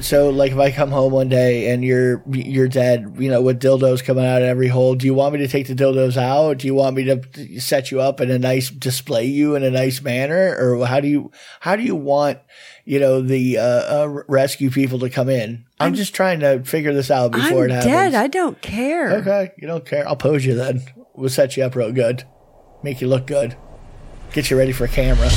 so like if I come home one day and you're you're dead, you know, with dildos coming out of every hole, do you want me to take the dildos out? Do you want me to set you up in a nice display you in a nice manner, or how do you how do you want you know the uh, uh, rescue people to come in? I'm, I'm- just trying to figure this out I'm before it happens. dead. I don't care. okay, you don't care. I'll pose you then. We'll set you up real good, make you look good, get you ready for camera.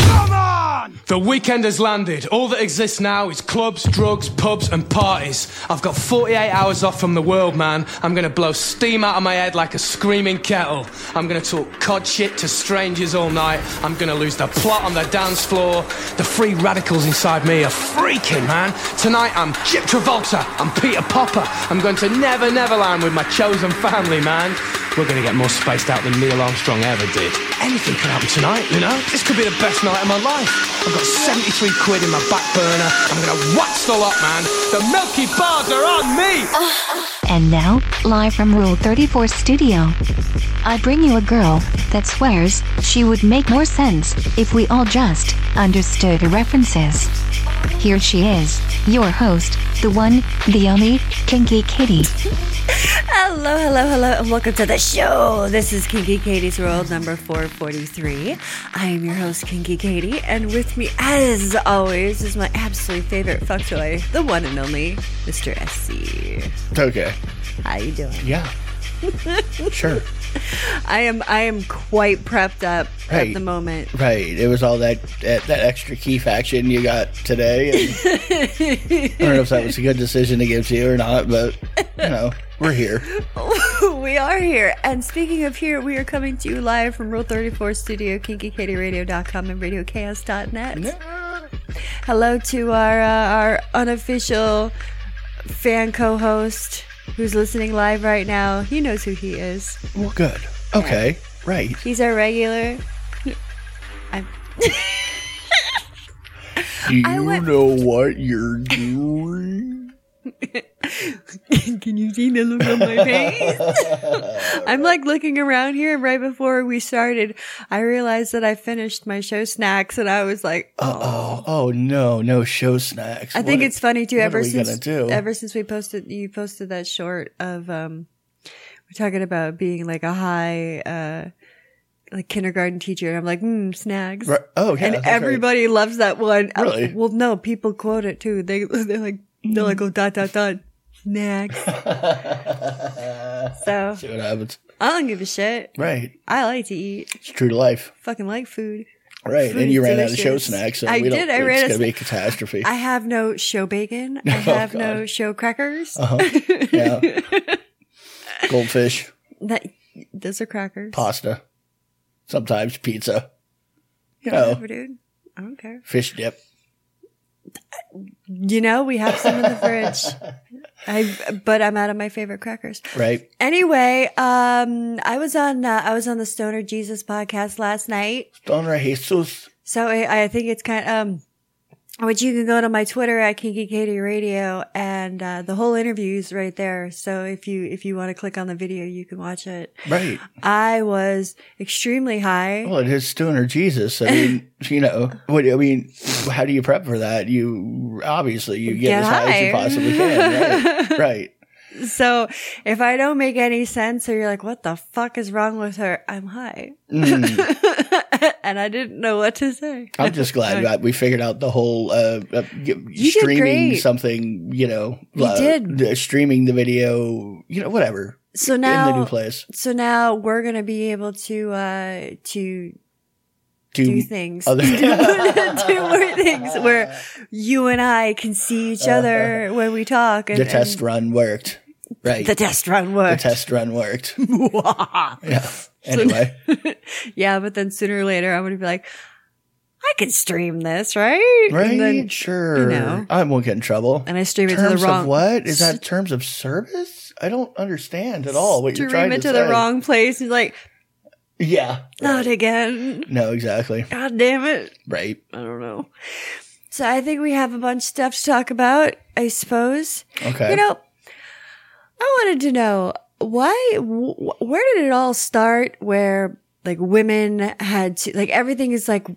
The weekend has landed. All that exists now is clubs, drugs, pubs, and parties. I've got 48 hours off from the world, man. I'm gonna blow steam out of my head like a screaming kettle. I'm gonna talk cod shit to strangers all night. I'm gonna lose the plot on the dance floor. The free radicals inside me are freaking, man. Tonight I'm Chip Travolta. I'm Peter Popper. I'm going to Never Neverland with my chosen family, man. We're gonna get more spaced out than Neil Armstrong ever did. Anything could happen tonight, you know? This could be the best night of my life. I've got 73 quid in my back burner. I'm gonna watch the lot, man. The Milky Bars are on me! And now, live from Rule 34 Studio, I bring you a girl that swears she would make more sense if we all just understood her references. Here she is, your host, the one, the only, Kinky Kitty. Hello, hello, hello, and welcome to the show. This is Kinky Katie's World number 443. I am your host, Kinky Katie, and with me, as always, is my absolute favorite fuck toy, the one and only Mr. SC. Okay, How you doing? yeah, sure. I am I am quite prepped up Right. at the moment. Right. It was all that that, that extra key faction you got today. And I don't know if that was a good decision to give to you or not, but you know, we're here. we are here. And speaking of here, we are coming to you live from Rule 34 Studio, KinkyKatieRadio.com, and RadioChaos.net. Hello to our uh, our unofficial fan co-host who's listening live right now. He knows who he is. Well, good. Okay. Right. He's our regular. Do you went- know what you're doing? Can you see the look on my face? I'm like looking around here, and right before we started, I realized that I finished my show snacks, and I was like, Oh, oh no, no show snacks. I think What- it's funny too. what Ever are we since gonna do? ever since we posted, you posted that short of um, we're talking about being like a high uh, like kindergarten teacher, and I'm like, mm, snacks. Right. Oh, yeah, and that's right. everybody loves that one. Uh, Really? well, no, people quote it too. They they're like they're like oh dot dot dot snacks. so See what happens. I don't give a shit. Right. I like to eat. It's true to life. Fucking like food. Right. Food and is you ran out of show delicious. snacks, so I we don't did, I it's ran out gonna of be a catastrophe. I have no show bacon. I have no Oh, God. Uh-huh. show crackers. yeah. Goldfish, That those are crackers. pasta, sometimes pizza, you know, Whatever, dude. I don't care. fish dip. You know, we have some in the fridge. I but I'm out of my favorite crackers. Right. Anyway, um, I was on uh, I was on the Stoner Jesus podcast last night, Stoner Jesus. so I, I think it's kind of um, which you can go to my Twitter at Kinky Katie Radio, and uh, the whole interview is right there. So if you if you want to click on the video, you can watch it. Right. I was extremely high. Well, it is Stoner Jesus. I mean, you know, what I mean, how do you prep for that? You obviously you get, Get as high as you high. possibly can. Right. right. So if I don't make any sense or you're like, what the fuck is wrong with her? I'm high. and I didn't know what to say. I'm just glad that we figured out the whole uh, uh, g- did streaming great. something, you know, You uh, did. the- streaming the video, you know, whatever So in the new now, place. so now we're going to be able to, uh, to To do things, Other, do more things where you and I can see each other when we talk. And, Uh-huh. the test and run worked. Right. the test run the worked. test run worked. yeah. Anyway, yeah. But then sooner or later, I'm going to be like, I can stream this, right? right? And then, sure. know. I won't get in trouble. and I stream it terms to the wrong. of what is that? Terms of service? I don't understand at all what you're trying stream it to to say. the wrong place. He's like, Yeah. not again. No, exactly. God damn it. Right. I don't know. So I think we have a bunch of stuff to talk about, I suppose. Okay. You know, I wanted to know why, wh- where did it all start where like women had to, like everything is like,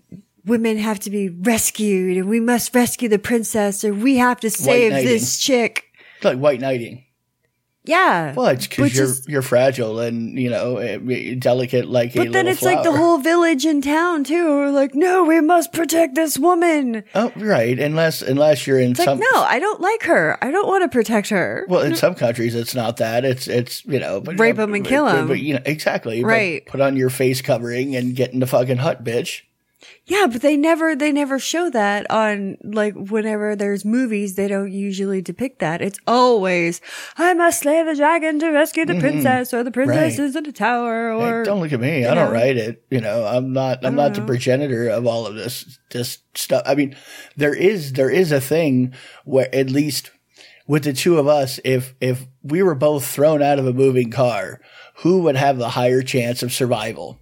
women have to be rescued and we must rescue the princess or we have to save knighting. this chick. It's like white knighting. Yeah. Well, it's because Which you're is- you're fragile and you know eh, eh, delicate like a But then little it's like the flower. whole village in town too. We're like, no, we must protect this woman. Oh, right. Unless unless you're in It's like, some no, I don't like her. I don't want to protect her. Well, in some countries, it's not that. It's it's you know, but, Rape 'em and kill but- 'em. But you know exactly. But Right. put on your face covering and get in the fucking hut, bitch. yeah, but they never they never show that on like whenever there's movies, they don't usually depict that. It's always I must slay the dragon to rescue the princess or the princess Mm-hmm. Right. is in a tower Hey, or don't look at me. I know. Uh-huh. don't write it. You know, I'm not. I'm not the progenitor of all of this. This stuff. I mean, there is there is a thing where at least with the two of us, if if we were both thrown out of a moving car, who would have the higher chance of survival?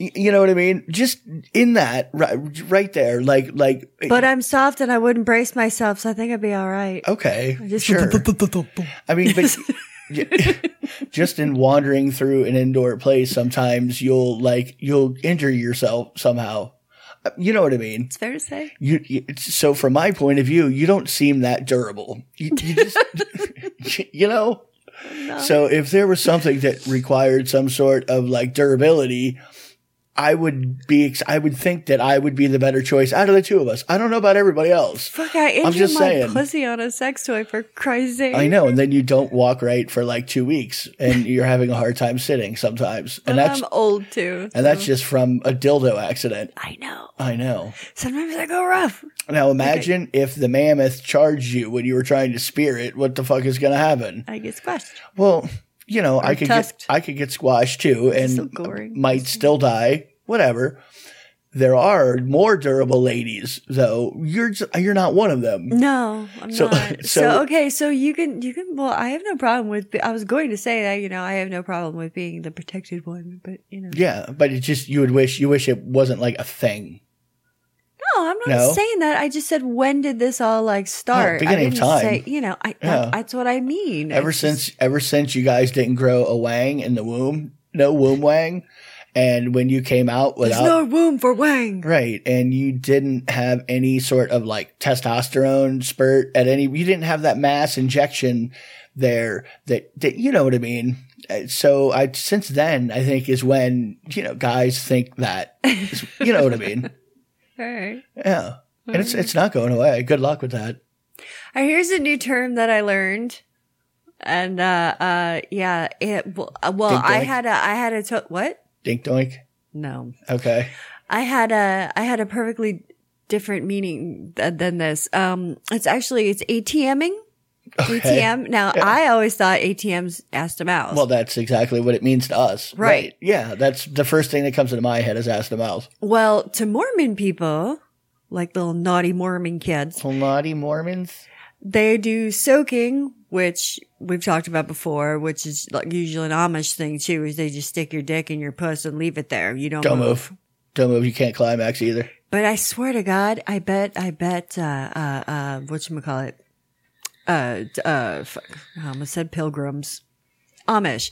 Y- You know what I mean? Just in that right, right there, like like. But I'm soft and I wouldn't brace myself, so I think I'd be all Oh. right. Okay, just- sure. I mean, but y- just in wandering through an indoor place, sometimes you'll like you'll injure yourself somehow. Uh, You know what I mean? It's fair to say. You, you so from my point of view, you don't seem that durable. You, you just, you know. So if there was something that required some sort of like durability, I would be. Ex- I would think that I would be the better choice out of the two of us. I don't know about everybody else. Fuck, I I'm injured just my saying. pussy on a sex toy for Christ's sake. I know, and then you don't walk right for like two weeks, and you're having a hard time sitting sometimes, and that's I'm old too. and that's just from a dildo accident. I know. I know. Sometimes I go rough. Now imagine if the mammoth charged you when you were trying to spear it. What the fuck is going to happen? I get squashed. Well, you know, I could tusked. get I could get squashed too, and so gory. might still die. Whatever. There are more durable ladies, though. You're j- you're not one of them. Mm. No, I'm So- not. So, so- okay, so you can you can. Well, I have no problem with. I was going to say that you know I have no problem with being the protected one, but you know, Yeah, but it just you would wish you wish it wasn't like a thing. no, I'm not No. Oh, saying that. I just said when did this all like start? I beginning of didn't time. say you know. I Yeah. that's what I mean. ever It's just- since ever since you guys didn't grow a wang in the womb, no womb wang, and when you came out there's without no room for Wang. right, and you didn't have any sort of like testosterone spurt at any, you didn't have that mass injection there that that you know what I mean. Uh, So I since then I think is when you know guys think that you know what I mean. All right. Yeah, and it's it's not going away. Good luck with that. Uh, here's a new term that I learned. And uh uh yeah, it well, uh, well Dink I dink. had a I had a to- what? Dink doink. No. Okay. I had a I had a perfectly different meaning th- than this. Um it's actually it's ATMing. ATM. Now, I always thought ATMs asked them out. Well, that's exactly what it means to us. Right. Yeah, that's the first thing that comes into my head is ass to mouth. well, to Mormon people, like little naughty Mormon kids, Bloody Mormons. They do soaking, which we've talked about before, which is like usually an Amish thing too, is they just stick your dick in your puss and leave it there. You don't, Don't move. Don't move. You can't climax either. But I swear to God, I bet, I bet, uh, uh, uh, whatchamacallit? Uh, d- uh, fuck. I almost said pilgrims. Amish.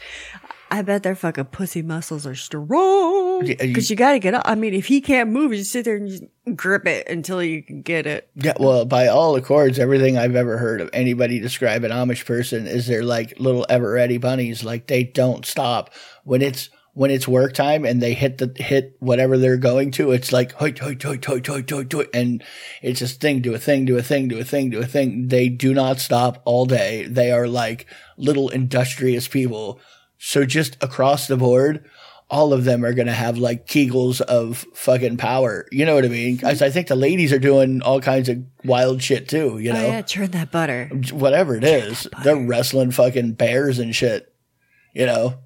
I bet their fucking pussy muscles are strong. Yeah, you- Cause you gotta get up. I mean, if he can't move, you just sit there and just grip it until you can get it. Yeah, well, by all accords, everything I've ever heard of anybody describe an Amish person is they're like little ever ready bunnies. Like they don't stop when it's when it's work time and they hit the hit whatever they're going to. It's like hoit hoit hoit hoit hoit hoit hoit, and it's just thing do a thing do a thing do a thing do a thing. They do not stop all day. They are like little industrious people. So just across the board, all of them are going to have like kegels of fucking power. You know what I mean? Hmm. 'Cause I think the ladies are doing all kinds of wild shit too, you Oh know? yeah, churn that butter. Um, Whatever it is, they're wrestling fucking bears and shit, you know?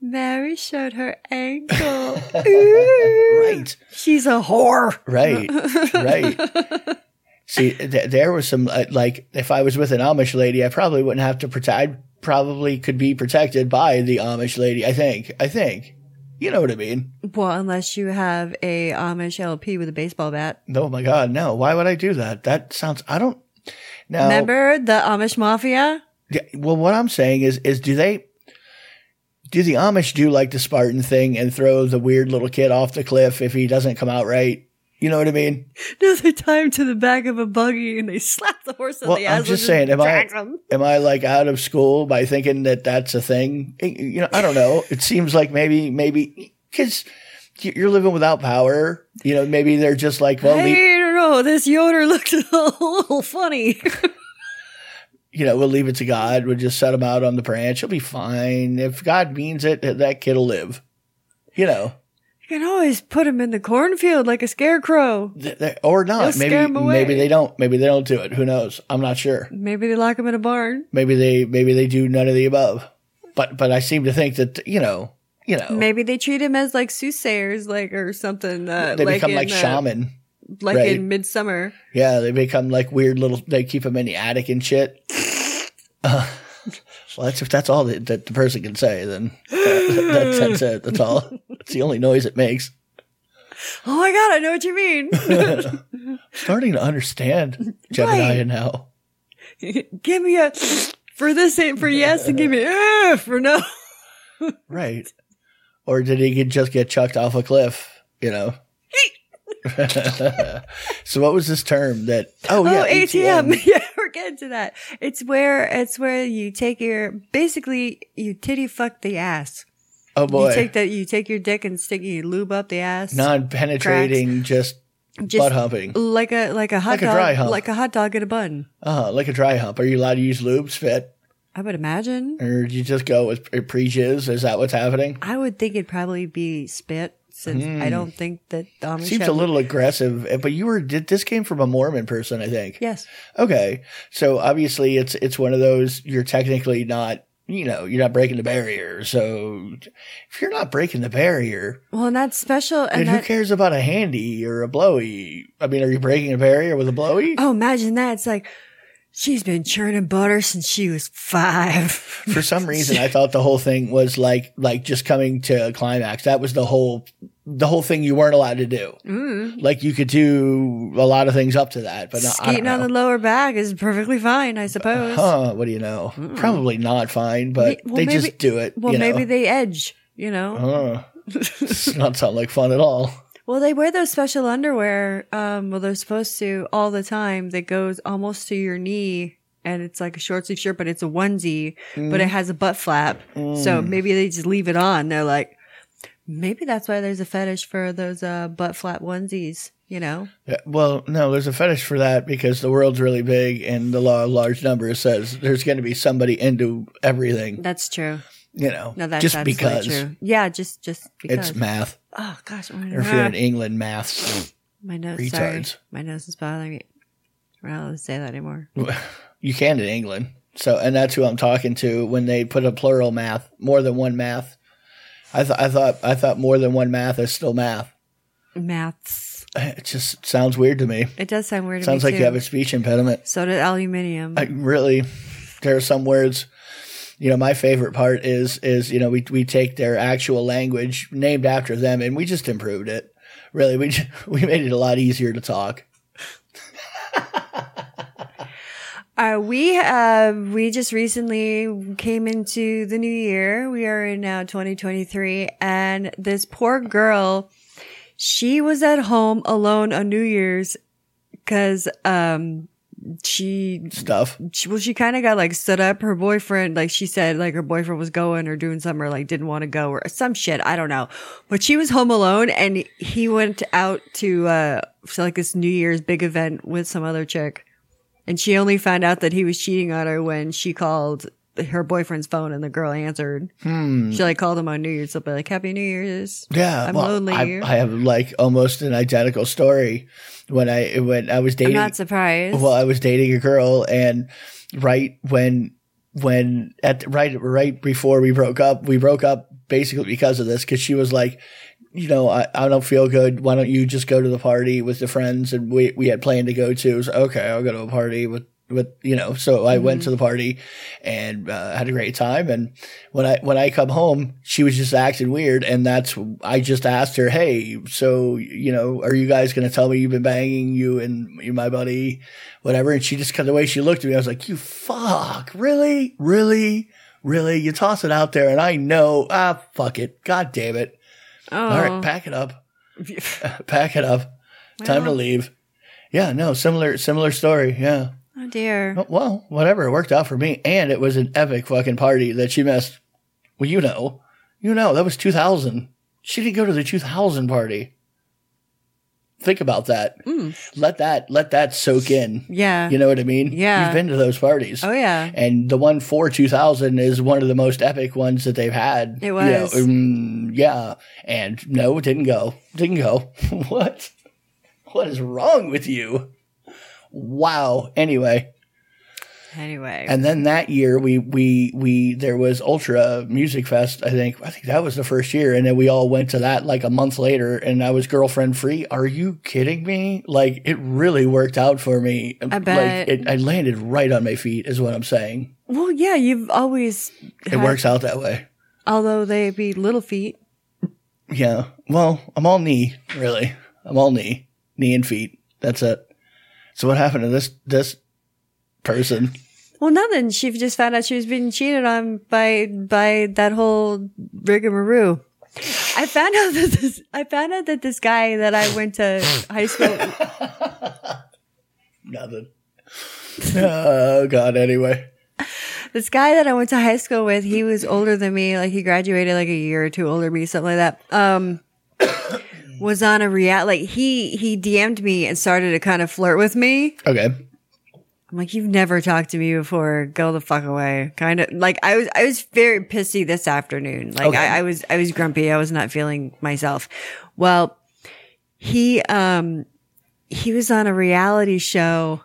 Mary showed her ankle. Ooh. Right. She's a whore. Right. right. See, th- there was some, uh, like, if I was with an Amish lady, I probably wouldn't have to protect, I probably could be protected by the Amish lady, I think. I think. You know what I mean? Well, unless you have a Amish LP with a baseball bat. Oh my God, no. Why would I do that? That sounds, I don't, now. Remember the Amish mafia? Yeah, well, what I'm saying is, is do they, do the Amish do like the Spartan thing and throw the weird little kid off the cliff if he doesn't come out right? You know what I mean? Another time to the back of a buggy and they slap the horse Well, on the ass. I'm and just saying, am I drag them. am I like out of school by thinking that that's a thing? Eh, You know, I don't know. It seems like maybe maybe because you're living without power. You know, maybe they're just like, well, I we, don't know. This Yoder looked a little funny. you know, we'll leave it to God. We'll just set him out on the branch. He'll be fine. If God means it, that- that kid'll live. You know, You can always put him in the cornfield like a scarecrow. th- th- or not. You'll maybe scare 'em away. maybe they don't. Maybe they don't do it. Who knows? I'm not sure. Maybe they lock him in a barn. Maybe they maybe they do none of the above. But but I seem to think that you know you know Maybe they treat him as like soothsayers, like or something. Uh, they like become in, like uh, shaman. like right. in midsummer. Yeah, they become like weird little. They keep them in the attic and shit. Uh, well, that's if that's all that, that the person can say, then that's that's it. That's all. It's the only noise it makes. Oh my god, I know what you mean. Starting to understand Gemini Right. now. give me a for this ain't for yes, and give me uh, for no. Right. Or did he get- just get chucked off a cliff? You know. so what was this term that? Oh yeah, oh, ATM. Yeah, we're getting to that. It's where it's where you take your basically you titty fuck the ass. Oh You boy, take that. You take your dick and stick. You lube up the ass. non-penetrating, just, Just butt humping. Like a like a hot Like a dog. dry hump. Like a hot dog in a bun. Uh, like a dry hump. Are you allowed to use lube, spit, I would imagine. or do you just go with pre jizz? Is that what's happening? I would think it'd probably be spit, since I don't think that the Amish Hmm. Seems have- a little aggressive, eh, but you were did this came from a Mormon person, I think. Yes. Okay, so obviously it's it's one of those you're technically not you know you're not breaking the barrier. So if you're not breaking the barrier, Well, and that's special. And then that, who cares about a handy or a blowy? I mean, are you breaking a barrier with a blowy? Oh, imagine that. It's like she's been churning butter since she was five. for some reason I thought the whole thing was like like just coming to a climax. That was the whole the whole thing you weren't allowed to do. Mm. Like you could do a lot of things up to that, but not, I don't Skeeting on know. the lower back is perfectly fine, I suppose. huh, what do you know? Probably not fine, but Mm. Well, they maybe- just do it. Well, you know? Uh-huh. maybe they edge, you know? Huh. Does not sound like fun at all. Well, they wear those special underwear. Um, well, they're supposed to all the time that goes almost to your knee. And it's like a short sleeve shirt, but it's a onesie, but it Mm. has a butt flap. So maybe they just leave it on. They're like, maybe that's why there's a fetish for those uh, butt flap onesies, you know? Yeah, Well, no, there's a fetish for that because the world's really big and the law of large numbers says there's going to be somebody into everything, That's true. you know, No, that's just absolutely because true. Yeah, just just because. it's math. oh gosh, Or if you're in England, math. my nose. retards. Sorry, my nose is bothering me. We're not allowed to say that anymore. you can in England. So, and that's who I'm talking to when they put a plural math, more than one math. I thought, I thought, I thought more than one math is still math. Maths. It just sounds weird to me. It does sound weird. Sounds to me like too. you have a speech impediment. So did aluminium. I really, there are some words. You know, my favorite part is is you know we we take their actual language named after them and we just improved it. Really, we j- we made it a lot easier to talk. Are we? Uh, we just recently came into the new year. We are in now 2023, and this poor girl, she was at home alone on New Year's because um she Stuff. she, well, she kind of got like stood up. Her boyfriend, like she said, like her boyfriend was going or doing something or like didn't want to go or some shit. I don't know. But she was home alone and he went out to, uh, to like this New Year's big event with some other chick. And she only found out that he was cheating on her when she called her boyfriend's phone and the girl answered. Hmm. She like called him on New Year's. So, but like, Happy New Year's. Yeah, I'm well, lonely. I, I have like almost an identical story when I when I was I'm dating. not surprised. well, I was dating a girl, and right when when at right right before we broke up, we broke up basically because of this because she was like, you know, I, I don't feel good. Why don't you just go to the party with the friends? And we we had planned to go to. So okay, I'll go to a party with. With you know, so I went to the party and uh, had a great time. And when I when I come home, she was just acting weird, and that's I just asked her, "Hey, so you know, are you guys going to tell me you've been banging you and you, my buddy, whatever?" And she just kind of the way she looked at me, I was like, "You fuck, really, really, really? You toss it out there, and I know, ah, fuck it, god damn it, oh. all right, pack it up, pack it up." Time to Well. leave. Yeah, no, similar similar story. Yeah. Oh dear. Oh, Well, whatever, it worked out for me. And it was an epic fucking party that she missed. Well, you know. You know, that was 2000. She didn't go to the 2000 party. Think about that. Let that let that soak in. Yeah. You know what I mean? Yeah. You've been to those parties. Oh, yeah. And the one for 2000 is one of the most epic ones that they've had. It You know, was. mm, yeah. And no, it didn't go. Didn't go. what? What is wrong with you? Wow. Anyway, Anyway. and then that year we we we there was Ultra Music Fest, I think. I think that was the first year and then we all went to that like a month later and I was girlfriend free. Are you kidding me? Like it really worked out for me. I bet. Like it, I landed right on my feet is what I'm saying. well, yeah, you've always It works out that way. although they be little feet. Yeah. Well, I'm all knee, really. I'm all knee. Knee and feet. That's it. So what happened to this this person? Well, nothing. She just found out she was being cheated on by by that whole rigmarole. I found out that this. I found out that this guy that I went to high school. Nothing. oh god, anyway. This guy that I went to high school with, he was older than me. Like he graduated like a year or two older than me, something like that. Um, was on a react. Like he he DM'd me and started to kind of flirt with me. Okay. I'm like, you've never talked to me before. Go the fuck away. Kind of like I was, I was very pissy this afternoon. Like Okay. I, I was, I was grumpy. I was not feeling myself. Well, he, um, he was on a reality show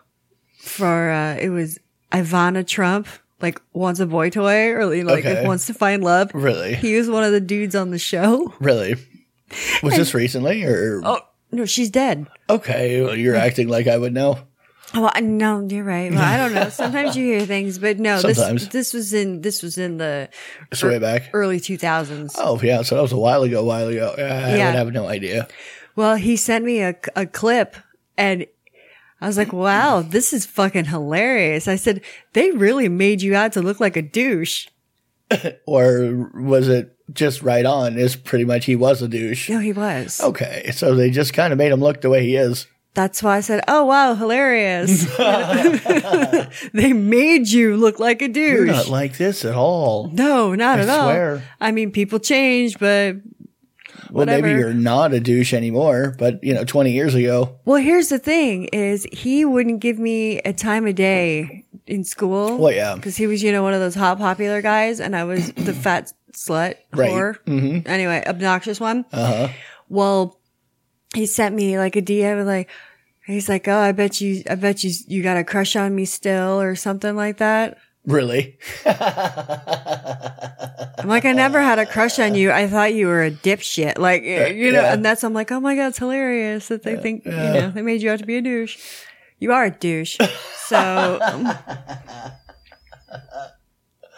for, uh, it was Ivana Trump, like wants a boy toy or you know, like Okay. wants to find love. Really? He was one of the dudes on the show. Really? Was this recently or Oh, no, she's dead. okay? Well, you're acting like I would know. Well, I- no, you're right. Well, I don't know. Sometimes you hear things, but no, this Sometimes. this was in this was in the It's way back. early 2000s. Oh yeah, so that was a while ago. A while ago, yeah, I Yeah. would have no idea. Well, he sent me a, a clip and I was like, wow, this is fucking hilarious. I said, they really made you out to look like a douche. Or was it just right on? Is pretty much he was a douche. No, he was. Okay, so they just kind of made him look the way he is. That's why I said, oh, wow, hilarious. they made you look like a douche. You're not like this at all. no, not I at all. swear. I mean, people change, but Well, maybe Whatever. you're not a douche anymore, but you know, 20 years ago. well, here's the thing is he wouldn't give me a time of day in school. Well, yeah. because he was, you know, one of those hot popular guys, and I was the fat slut Right. Mm-hmm. whore. Anyway, obnoxious one. Uh-huh. Well, he sent me like a DM and like he's like, "Oh, I bet you, I bet you, you got a crush on me still, or something like that." Really? I'm like, "I never had a crush on you. I thought you were a dipshit." Like, you know, Uh, Yeah. and that's I'm like, "Oh my god, it's hilarious that they think you know they made you out to be a douche. You are a douche." So. um,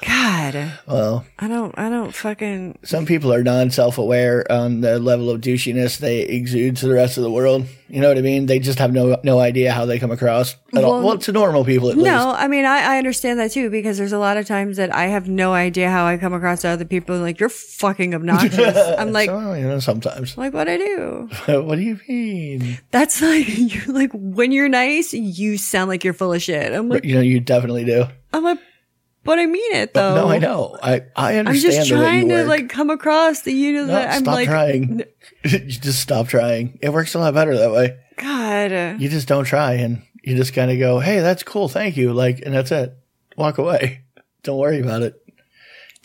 God, Well, I don't, I don't fucking, some people are non self aware on the level of douchiness they exude to the rest of the world. You know what I mean? They just have no no idea how they come across at all. Well, Well, to normal people at No, I mean, I, I understand that too because there's a lot of times that I have no idea how I come across to other people. Like, you're fucking obnoxious. I'm least. like, So, Oh, you know, sometimes. like what I do. what do you mean? That's like, you're like, when you're nice, you sound like you're full of shit. I'm like, You know, you definitely do. I'm like, but I mean it though. No, I know. I I I'm understand. just the way you trying to work. like come across that you know No, that I'm stop like, trying. you just stop trying. It works a lot better that way. God, uh, You just don't try, and you just kind of go, "Hey, that's cool. Thank you." Like, and that's it. Walk away. Don't worry about it.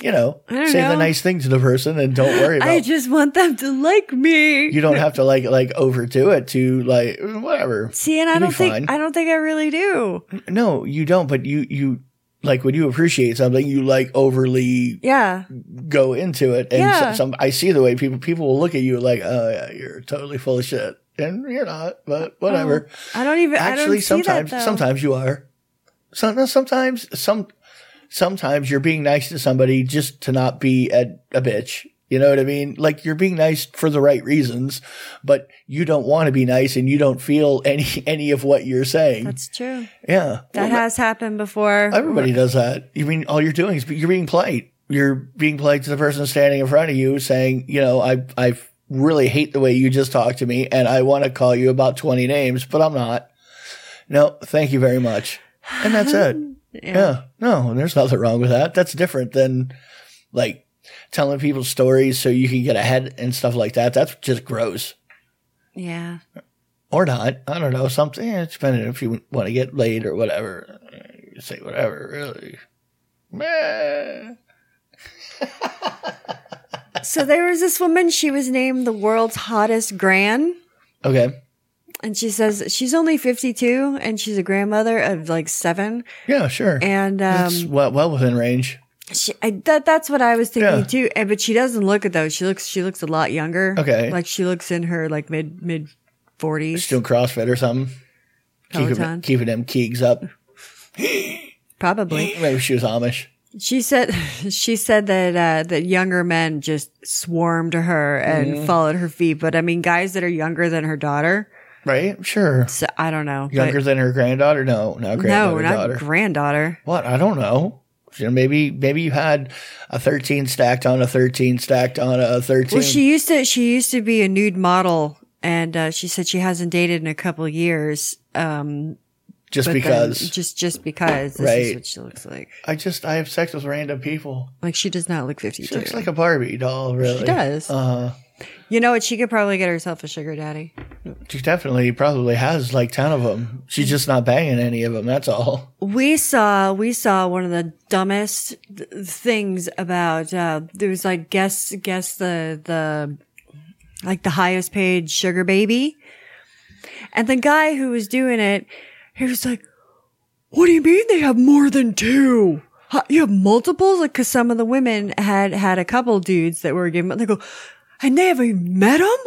You know, don't say the know. nice thing to the person, and don't worry about I just want them to like me. you don't have to like like overdo it to like whatever. See, and I You'll be don't think fine. I don't think I really do. no, you don't. But you you like when you appreciate something, you like overly Yeah, go into it. And Yeah. some, some I see the way people people will look at you like, oh yeah, you're totally full of shit, and you're not. But whatever. I don't even. I don't Actually, see sometimes that, though. sometimes you are. So, no, sometimes some sometimes you're being nice to somebody just to not be a, a bitch. You know what I mean? Like you're being nice for the right reasons, but you don't want to be nice and you don't feel any any of what you're saying. That's true. yeah. That has happened before. Everybody does that. You mean all you're doing is you're being polite. You're being polite to the person standing in front of you, saying, you know, I I really hate the way you just talked to me and I want to call you about 20 names, but I'm not. No, thank you very much. And that's it. Yeah. No, and there's nothing wrong with that. That's different than like telling people stories so you can get ahead and stuff like that. That's just gross. Yeah. Or not. I don't know. Something. eh, It's depending if you want to get laid or whatever. You say whatever, really. Meh. So there was this woman, she was named the world's hottest gran. Okay. And she says she's only 52 and she's a grandmother of like seven. Yeah, sure. And That's um, well, well within range. she, I, that, that's what I was thinking Yeah. too. And, but she doesn't look it though. She looks, she looks a lot younger. Okay. Like she looks in her like mid, mid 40s. Just doing CrossFit or something. Keeping, Peloton. keeping them keegs up. Probably. Maybe she was Amish. She said she said that uh, that younger men just swarmed to her and Mm-hmm. followed her feet. But I mean, guys that are younger than her daughter. Right? Sure. So I don't know. but- Younger than her granddaughter? No, not no, granddaughter. not daughter. granddaughter. what? I don't know. You know, Maybe maybe you had a 13 stacked on a 13 stacked on a 13. Well, she used to she used to be a nude model, and uh, she said she hasn't dated in a couple years. Um, just but then- because. just just because this is Right. what she looks like. I just, I have sex with random people. Like she does not look fifty She two. looks like a Barbie doll, really. She does. Uh, you know what? She could probably get herself a sugar daddy. she definitely probably has like 10 of them. Mm. She's just not banging any of them. That's all. we saw we saw one of the dumbest th- things about uh there was like guess guess the the like the highest paid sugar baby and the guy who was doing it he was like what do you mean they have more than two Huh, you have multiples like because some of the women had had a couple dudes that were giving they go and they haven't even met them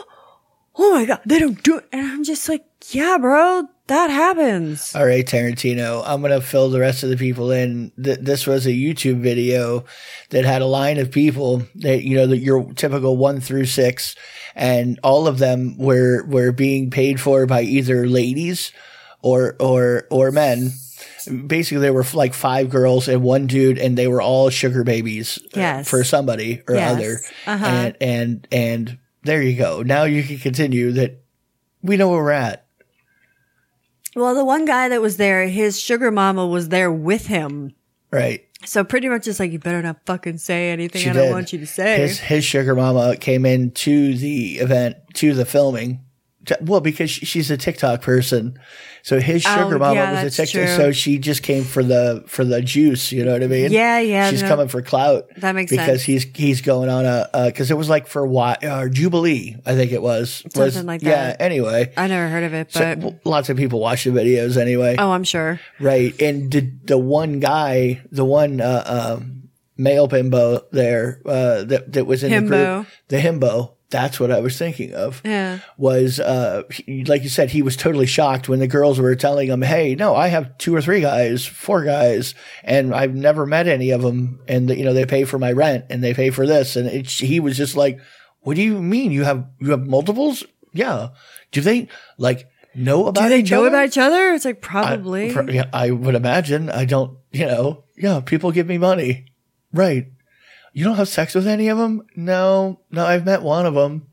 oh my god they don't do it and i'm just like yeah bro that happens All right, Tarantino, I'm going to fill the rest of the people in. Th- this was a YouTube video that had a line of people that, you know, that your typical one through six, and all of them were, were being paid for by either ladies or, or, or men. Basically, there were like five girls and one dude, and they were all sugar babies uh, Yes. for somebody or Yes. other. Uh-huh. And, and, and there you go. Now you can continue that we know where we're at. Well, the one guy that was there, his sugar mama was there with him. Right. So pretty much it's like, you better not fucking say anything She I don't did. want you to say. His, his sugar mama came in to the event, to the filming. To- Well, because she- she's a TikTok person, so his Oh, sugar mama yeah, was a that's TikTok. true. So she just came for the for the juice. You know what I mean? Yeah, yeah, She's no. coming for clout. That makes because sense. he's he's going on a because it was like for what uh, Jubilee, I think it was was- Something like that. Yeah. Anyway, I never heard of it, so, but w- lots of people watch the videos anyway. oh, I'm sure. Right. And the, the one guy, the one uh, um, male bimbo there uh, that, that was in Himbo. the group, the himbo, that's what I was thinking of. Yeah. Was, uh, he- like you said, he was totally shocked when the girls were telling him, hey, no, I have two or three guys, four guys, and I've never met any of them. And, you know, they pay for my rent and they pay for this. And it, he was just like, what do you mean? You have, you have multiples? Yeah. Do they like know about Do they each know other? about each other? It's like I- probably. pro- yeah, I would imagine. I don't, you know, yeah, people give me money. Right. You don't have sex with any of them? No, no, I've met one of them.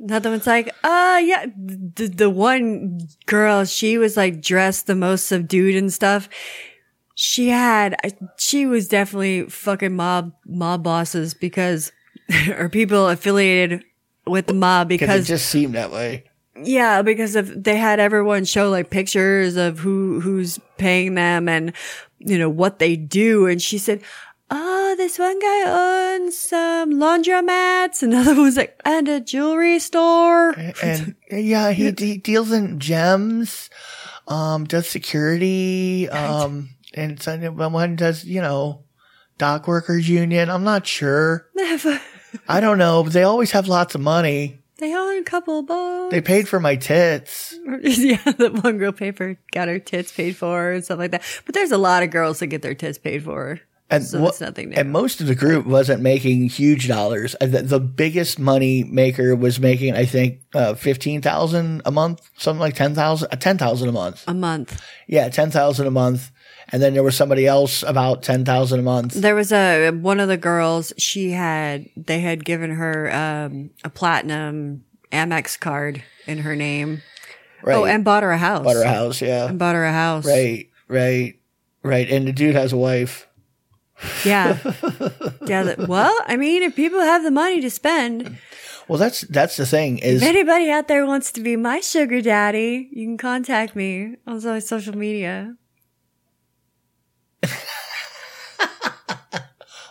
Another one's like, uh, yeah. The, the one girl, she was like dressed the most subdued and stuff. She had, I- she was definitely fucking mob, mob bosses because, or people affiliated with the mob Because because it just seemed that way. Yeah, because of they had everyone show like pictures of who who's paying them and you know what they do, and she said, "Oh, this one guy owns some laundromats, another one's like and a jewelry store." And yeah, he, he deals in gems, um, does security, um, and some- one does, you know, dock workers union. I'm not sure. They have a- I don't know. But they always have lots of money. they own a couple of boats. They paid for my tits. yeah, the one girl paid for got her tits paid for and stuff like that. But there's a lot of girls that get their tits paid for. And So wha- it's nothing new. And most of the group wasn't making huge dollars. Uh, The, the biggest money maker was making, I think, uh, fifteen thousand a month, something like ten thousand, uh, ten thousand a month. a month. Yeah, ten thousand a month. And then there was somebody else about ten thousand a month. There was a one of the girls. She had they had given her um, a platinum Amex card in her name. Right. Oh, and bought her a house. Butter House, yeah. And bought her a house. Right, right, right. And the dude has a wife. Yeah. yeah. that- well, I mean, if people have the money to spend, Well, that's that's the thing is if anybody out there wants to be my sugar daddy, you can contact me on so- social media.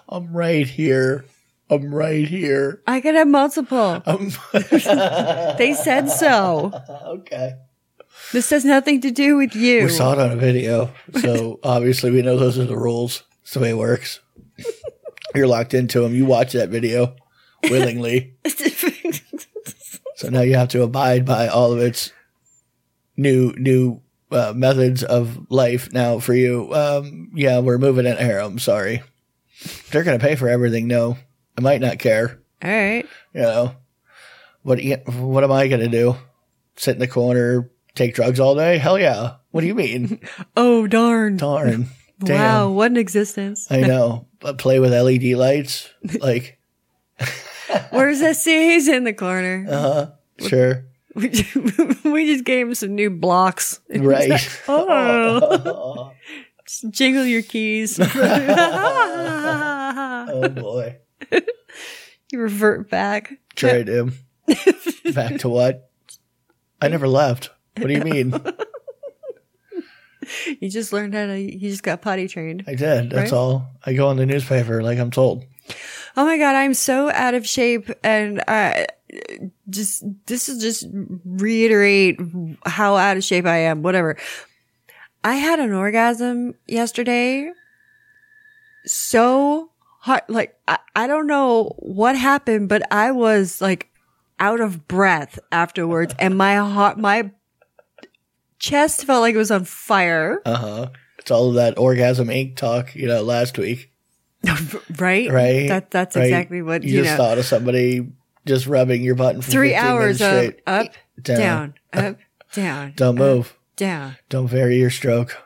I'm right here. I'm right here. I could have multiple. I'm They said so. okay. This has nothing to do with you. We saw it on a video, so obviously we know those are the rules. It's the way it works. You're locked into them. You watch that video willingly, so now you have to abide by all of its new new uh, methods of life. Now for you, um, yeah, we're moving in harem. Sorry, they're gonna pay for everything. No, I might not care. All right. You know what? What am I gonna do? Sit in the corner, take drugs all day? Hell yeah! What do you mean? Oh, darn. Darn. Damn. Wow. What an existence. I know. But play with LED lights? Like, Where's that? See, he's in the corner. uh, sure. We just, we just gave him some new blocks. Right. Oh. Just Jingle your keys. you Oh boy. revert back. Sure I do. Back to what? I never left. What do you mean? You just learned how to, you just got potty trained. I did. That's Right. all. I go on the newspaper like I'm told. Oh my God, I'm so out of shape. And I just, this is just reiterate how out of shape I am, whatever. I had an orgasm yesterday. So hard. Like, I, I don't know what happened, but I was like out of breath afterwards and my heart, my chest felt like it was on fire. Uh huh. It's all of that orgasm ink talk, you know, last week. right? Right? That, that's Right? exactly what, you, just know. thought of somebody just rubbing your button for three 15 hours minutes of straight. up, Down. down, Uh-huh. up, down, Don't up, move. down. Don't vary your stroke.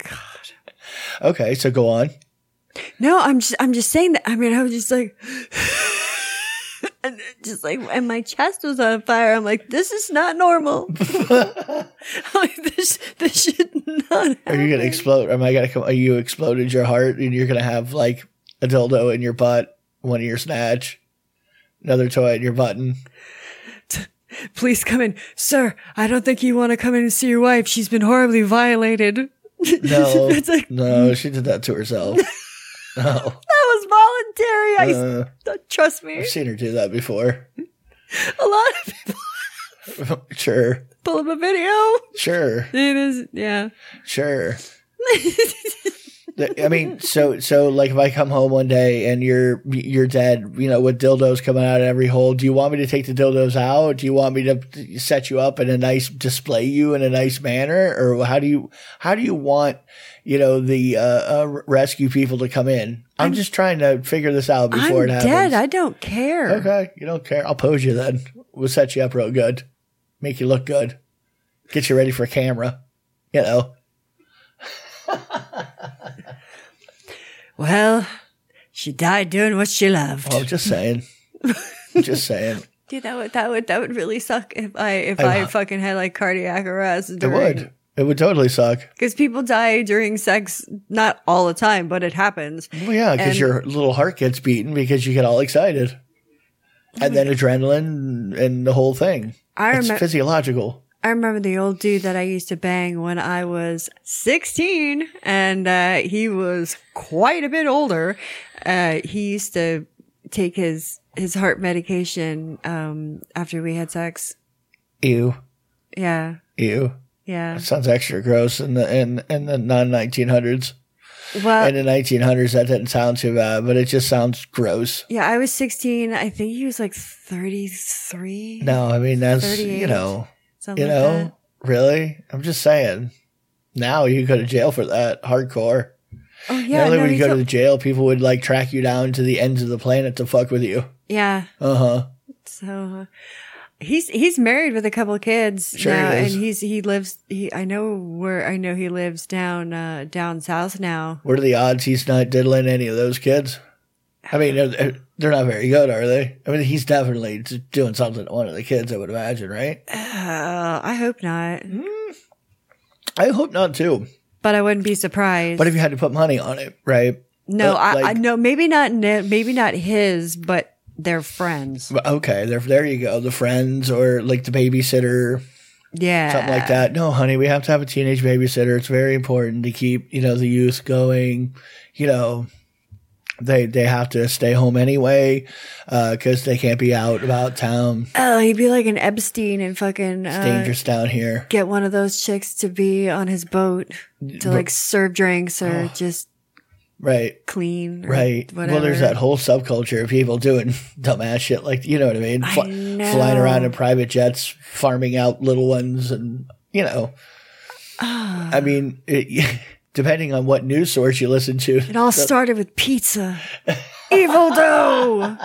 God. Okay, so go on. No, I'm just, I'm just saying that. I mean, I was just like, and it just like, and my chest was on fire. I'm like, this is not normal. I'm like, this, this should not. Are you gonna explode? Am I gonna come? Are you exploded your heart and you're gonna have like a dildo in your butt, one in your snatch, another toy in your button? Please come in, sir. I don't think you want to come in and see your wife. She's been horribly violated. No, it's like that no, she did that to herself. No, was uh, voluntary. I trust me. I've seen her do that before. A lot of people sure, pull up a video. sure, It is, yeah. sure. The- I mean, so so like if I come home one day and you're you're dead, you know, with dildos coming out of every hole, do you want me to take the dildos out? Do you want me to set you up in a nice display you in a nice manner, or how do you how do you want you know the uh, uh, rescue people to come in? I'm, just trying to figure this out before I'm it happens. dead. I don't care. okay, you don't care. I'll pose you then. We'll set you up real good, make you look good, get you ready for camera. You know, Well, she died doing what she loved. I'm Oh, just saying, just saying. Dude, that would that would that would really suck if I if I- I, fucking had like cardiac arrest. It During, would. It would totally suck. because people die during sex, not all the time, but it happens. Well, yeah, because And- your little heart gets beaten because you get all excited, and then adrenaline and the whole thing. I it's remem- physiological. I remember the old dude that I used to bang when I was 16 and uh, he was quite a bit older. Uh, he used to take his, his heart medication, um, after we had sex. Ew, Yeah. ew. Yeah. Sounds extra gross in the in, in the non 1900s. Well, In the 1900s, that doesn't sound too bad, but it just sounds gross. Yeah, I was 16. I think he was like 33. No, I mean that's 38, you know, something you like know, that. really. I'm just saying. Now you go to jail for that hardcore. Oh yeah, now that no, we he go to told- the jail, people would like track you down to the ends of the planet to fuck with you. yeah. Uh huh. So uh, he's he's married with a couple of kids Sure now, he is. and he's he lives. He I know where I know he lives down uh, down south now. What are the odds he's not diddling any of those kids? I mean, they're, they're not very good, are they? I mean, he's definitely d- doing something to one of the kids, I would imagine, right? Uh, I hope not, Mm-hmm. I hope not, too. but I wouldn't be surprised. But if you had to put money on it, right? no, uh, I, I like- no maybe not ne- maybe not his, but their friends. But Okay, there, there you go. The friends or like the babysitter, Yeah, something like that. No, honey, we have to have a teenage babysitter. It's very important to keep, you know, the youth going. You know, they they have to stay home anyway because they can't be out about town. Oh, he'd be like an Epstein and fucking uh, Dangerous down here. get one of those chicks to be on his boat to like serve drinks or just Right. clean. Or Oh. Right. Whatever. Well, there's that whole subculture of people doing dumbass shit, like you know what I mean, I know. flying around in private jets, farming out little ones, and you know, Ah. I mean, it, depending on what news source you listen to, It all started with pizza. Evil dough.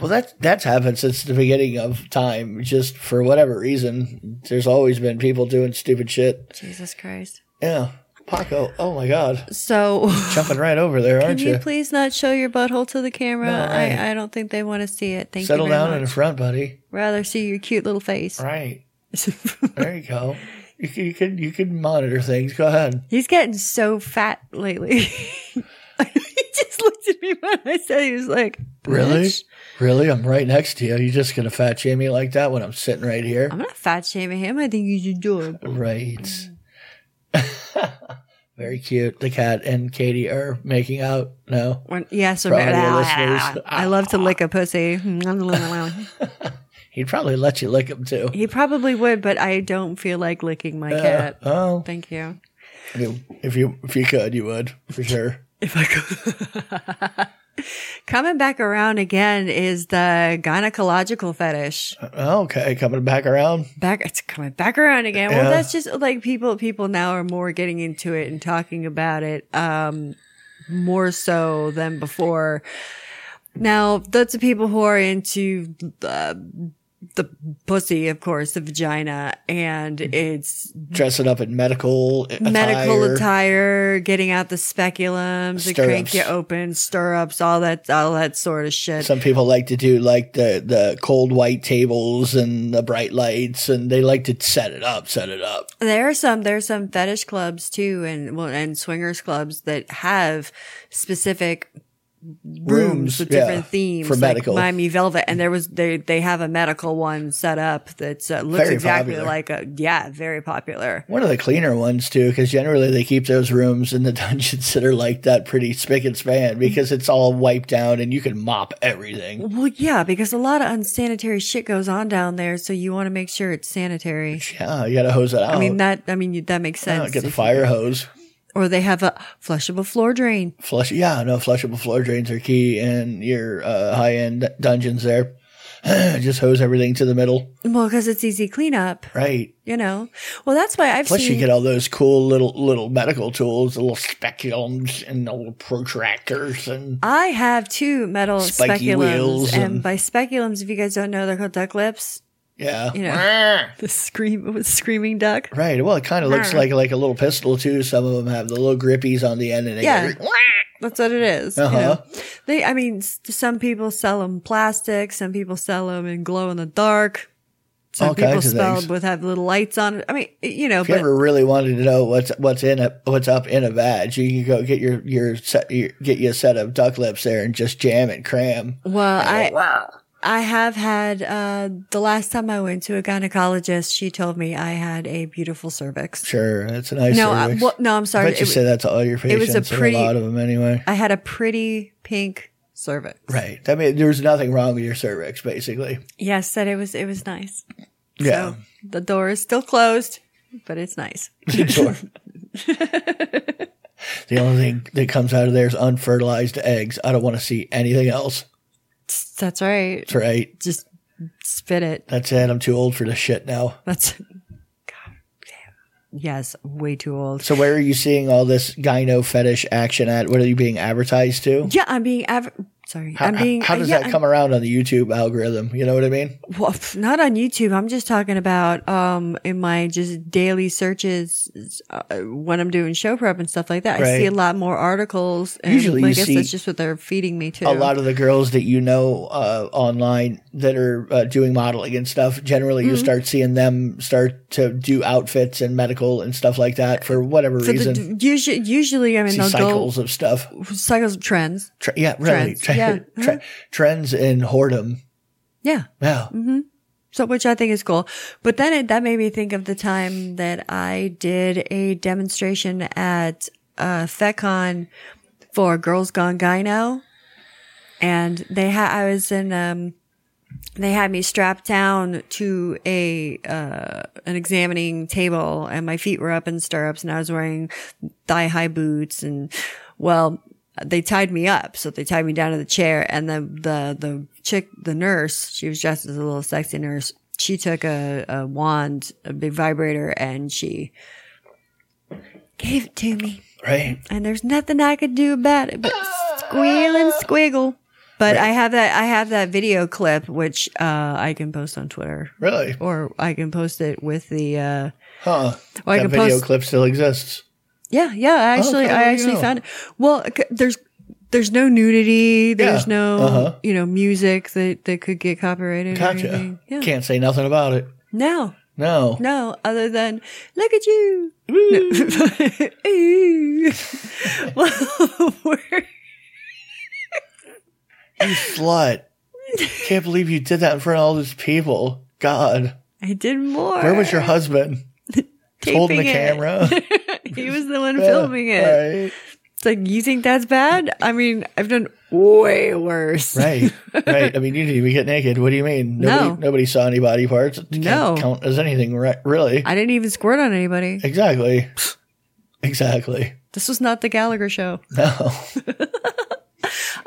well, that's that's happened since the beginning of time. Just for whatever reason, there's always been people doing stupid shit. Jesus Christ. Yeah, Paco. Oh my God, So, jumping right over there, can aren't you you? please not show your butthole to the camera? No, right. I, I don't think they want to see it. Thank Settle you. Very down in the much. front, buddy. Rather see your cute little face. Right. There you go. You can, you can you can monitor things. Go ahead. He's getting so fat lately. he just looked at me when I said he was like, Really? "Bitch." Really? I'm right next to you. You're just gonna fat shame me like that when I'm sitting right here? I'm not fat shaming him. I think you should do it. Right. Very cute. The cat and Katie are making out. No. When- Yes, For audio remember- listeners. I love to lick a pussy. He'd probably let you lick him too. he probably would, but I don't feel like licking my cat. Oh, Thank you. I mean, if you if you could, you would for sure. If I could. Coming back around again is the gynecological fetish. Uh. Oh, Okay, coming back around. Back, it's coming back around again. Well, Yeah. that's just like people. People now are more getting into it and talking about it, um, more so than before. Now, those are people who are into the the pussy, of course, the vagina, and Mm-hmm. it's Dressing up in medical attire. medical attire, getting out the speculums, the crank Stirrups. you open, stirrups, all that, all that sort of shit. Some people like to do like the the cold white tables and the bright lights, and they like to set it up, set it up. there are some, there's some fetish clubs too, and well, and swingers clubs that have specific rooms, with yeah, different themes for like medical. Miami Velvet, and there was they they have a medical one set up that's uh, looks Very exactly popular. like a yeah, very popular. One of the cleaner ones too, because generally they keep those rooms in the dungeons that are like that pretty spick and span because it's all wiped down and you can mop everything. Well, yeah, because a lot of unsanitary shit goes on down there, so you want to make sure it's sanitary. Yeah, you gotta hose it out. I mean that. I mean you- that makes Yeah, sense. Oh. get the if- fire hose. or they have a flushable floor drain. Flush. Yeah, no flushable floor drains are key in your uh, high end dungeons. There, just hose everything to the middle. Well, because it's easy cleanup, Right. you know. Well, that's why I've Plus, seen. you get all those cool little little medical tools, the little speculums and the little protractors and I have two metal Spiky speculums, wheels and, and- by speculums, if you guys don't know, they're called duck lips. yeah. You know, the scream with screaming duck. Right. Well, it kind of looks like like a little pistol too. Some of them have the little grippies on the end, and they Yeah. go, That's what it is, you Uh-huh. know. They, I mean, s- some people sell them plastic. Some people sell them in glow in the dark. Some All people kinds of spell things. with have little lights on it. I mean, you know, If you but ever really wanted to know what's what's in a what's up in a badge, you can go get your your, set, your get you a set of duck lips there and just jam it, cram. Well, I I have had uh, the last time I went to a gynecologist, she told me I had a beautiful cervix. Sure, that's a nice. No, I, cervix. well, no, I'm I sorry. bet you It say wa- that to all your it was patients. a It was a, pretty- lot of them anyway. I had a pretty pink cervix. Right. I mean, there's nothing wrong with your cervix, basically. Yes, said it was it was nice. Yeah. So the door is still closed, but it's nice. Sure. the only thing that comes out of there is unfertilized eggs. I don't want to see anything else. That's right. That's right. Just spit it. That's it. I'm too old for this shit now. That's Yes, way too old. So where are you seeing all this gyno fetish action at? What are you being advertised to? Yeah, I'm being av- sorry. How, I'm being how does yeah, that I'm- come around on the YouTube algorithm? You know what I mean? Well, pff, not on YouTube. I'm just talking about um in my just daily searches uh, when I'm doing show prep and stuff like that. I Right. see a lot more articles. And Usually I you guess see that's just what they're feeding me too. A lot of the girls that you know uh, online that are uh, doing modeling and stuff, generally Mm-hmm. you start seeing them start to do outfits and medical and stuff like that for whatever For reason. the, usually, usually, I mean, See they'll cycles of stuff. go cycles of trends. Tre- yeah, really. Trends, yeah. Mm-hmm. Tre- trends in whoredom. Yeah. Yeah. Mm-hmm. So, which I think is cool. But then it, that made me think of the time that I did a demonstration at uh, FECON for Girls Gone Gyno. And they had, I was in, um, they had me strapped down to a, uh, an examining table and my feet were up in stirrups and I was wearing thigh high boots and well, they tied me up. So they tied me down to the chair and the, the, the chick, the nurse, she was dressed as a little sexy nurse. She took a, a wand, a big vibrator and she gave it to me Right. and there's nothing I could do about it but squeal and squiggle. But I have that I have that video clip which uh, I can post on Twitter, Really. or I can post it with the uh, Huh. Or I that can video post- clip still exists. yeah yeah. I actually Okay, there I you actually go. found it. Well, c- there's there's no nudity. There's Yeah, no uh-huh. you know music that that could get copyrighted. Or Gotcha. anything. Mm-hmm. Yeah. Can't say nothing about it. No. No. No, other than look at you. No. Ooh. well, we're- You slut. Can't believe you did that in front of all these people. God. I did more. Where was your husband? Holding the Taping it. camera. He was the one filming it. Right. It's like you think that's bad? I mean, I've done way worse. Right. Right. I mean, you didn't even get naked. What do you mean? Nobody, No. nobody saw any body parts. Can't No. count as anything, right? Really. I didn't even squirt on anybody. exactly. exactly. This was not the Gallagher show. No.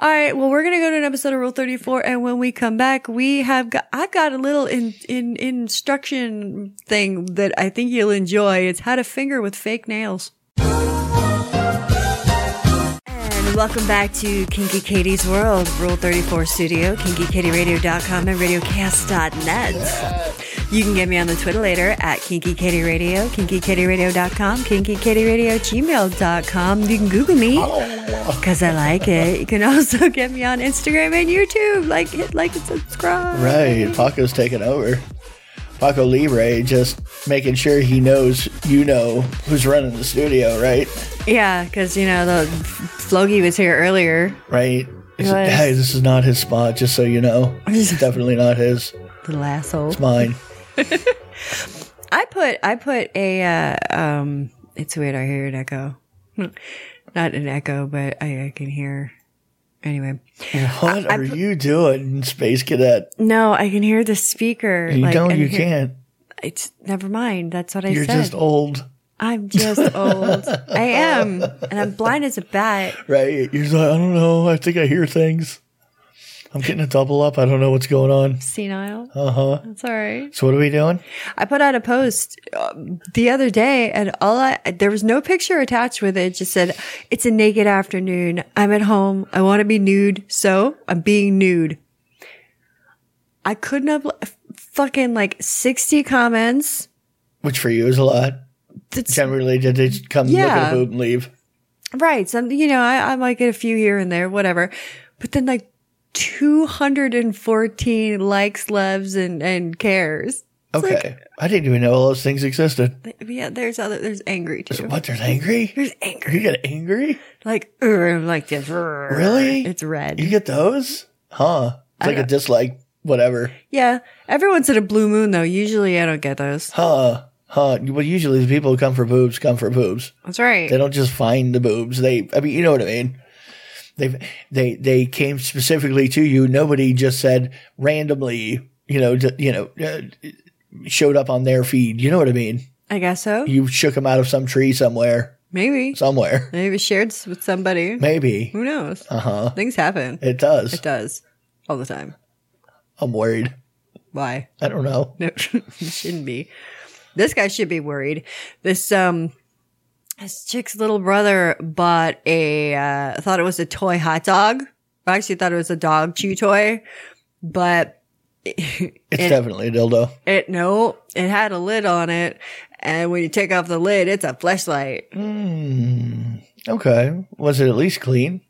All right, well, we're gonna go to an episode of Rule Thirty Four, and when we come back, we have got I've got a little in, in instruction thing that I think you'll enjoy. It's how to finger with fake nails. And welcome back to Kinky Katie's World, Rule 34 Studio, KinkyKatieRadio.com, and RadioCast.net. You can get me on the Twitter later at Kinky Katie Radio, KinkyKatieRadio.com, KinkyKatieRadioGmail.com. You can Google me because I like it. You can also get me on Instagram and YouTube. Like, hit like and subscribe. Right. Paco's taking over. Paco Libre just making sure he knows you know who's running the studio, right? Yeah, because, you know, the Flogi was here earlier. Right. He's like, Yes. hey, this is not his spot, just so you know. It's definitely not his. Little asshole. Mine. I put I put a uh, um. It's weird. I hear an echo, Hmm. not an echo, but I, I can hear. Anyway, What are you doing, Space Cadet? no, I can hear the speaker. You like, don't, and you hear- can't. It's never mind. That's what I You're said. just old. I'm just old. I am, and I'm blind as a bat. Right. You're just like, I don't know. I think I hear things. I'm getting a double up. I don't know what's going on. Senile. Uh huh. That's all right. So, what are we doing? I put out a post um, the other day, and all I there was no picture attached with it. It Just said, "It's a naked afternoon. I'm at home. I want to be nude, so I'm being nude." I couldn't have f- fucking like sixty comments. Which for you is a lot. That's- Generally, did they just come look at Yeah. a boob and leave? right? Some you know, I, I might get a few here and there, whatever. But then like two hundred and fourteen likes, loves, and and cares. It's Okay. like, I didn't even know all those things existed. yeah, there's other. There's angry too. What? There's angry? There's angry. You get angry? like "Ur," like this. "Ur." Really? It's You red. get those? Huh. It's like a dislike, whatever. Yeah. Every once in a blue moon though. Usually I don't get those. Huh. Huh. Well, usually the people who come for boobs come for boobs. That's They right. don't just find the boobs. They, I mean, you know what I mean? They, they, they came specifically to you. Nobody just said randomly, you know, d- you know, uh, showed up on their feed. You know what I mean? I guess so. You shook them out of some tree somewhere, Maybe. somewhere, Maybe shared s- with somebody. maybe. Who knows? Uh Uh-huh. huh. Things happen. It does. It does. All the time. I'm worried. Why? I don't know. No, you shouldn't be. this guy should be worried. This um this chick's little brother bought a uh thought it was a toy hot dog. I actually thought it was a dog chew toy, but It's definitely a dildo. it no, it had a lid on it. And when you take off the lid, it's a flashlight. Okay. Was it at least clean?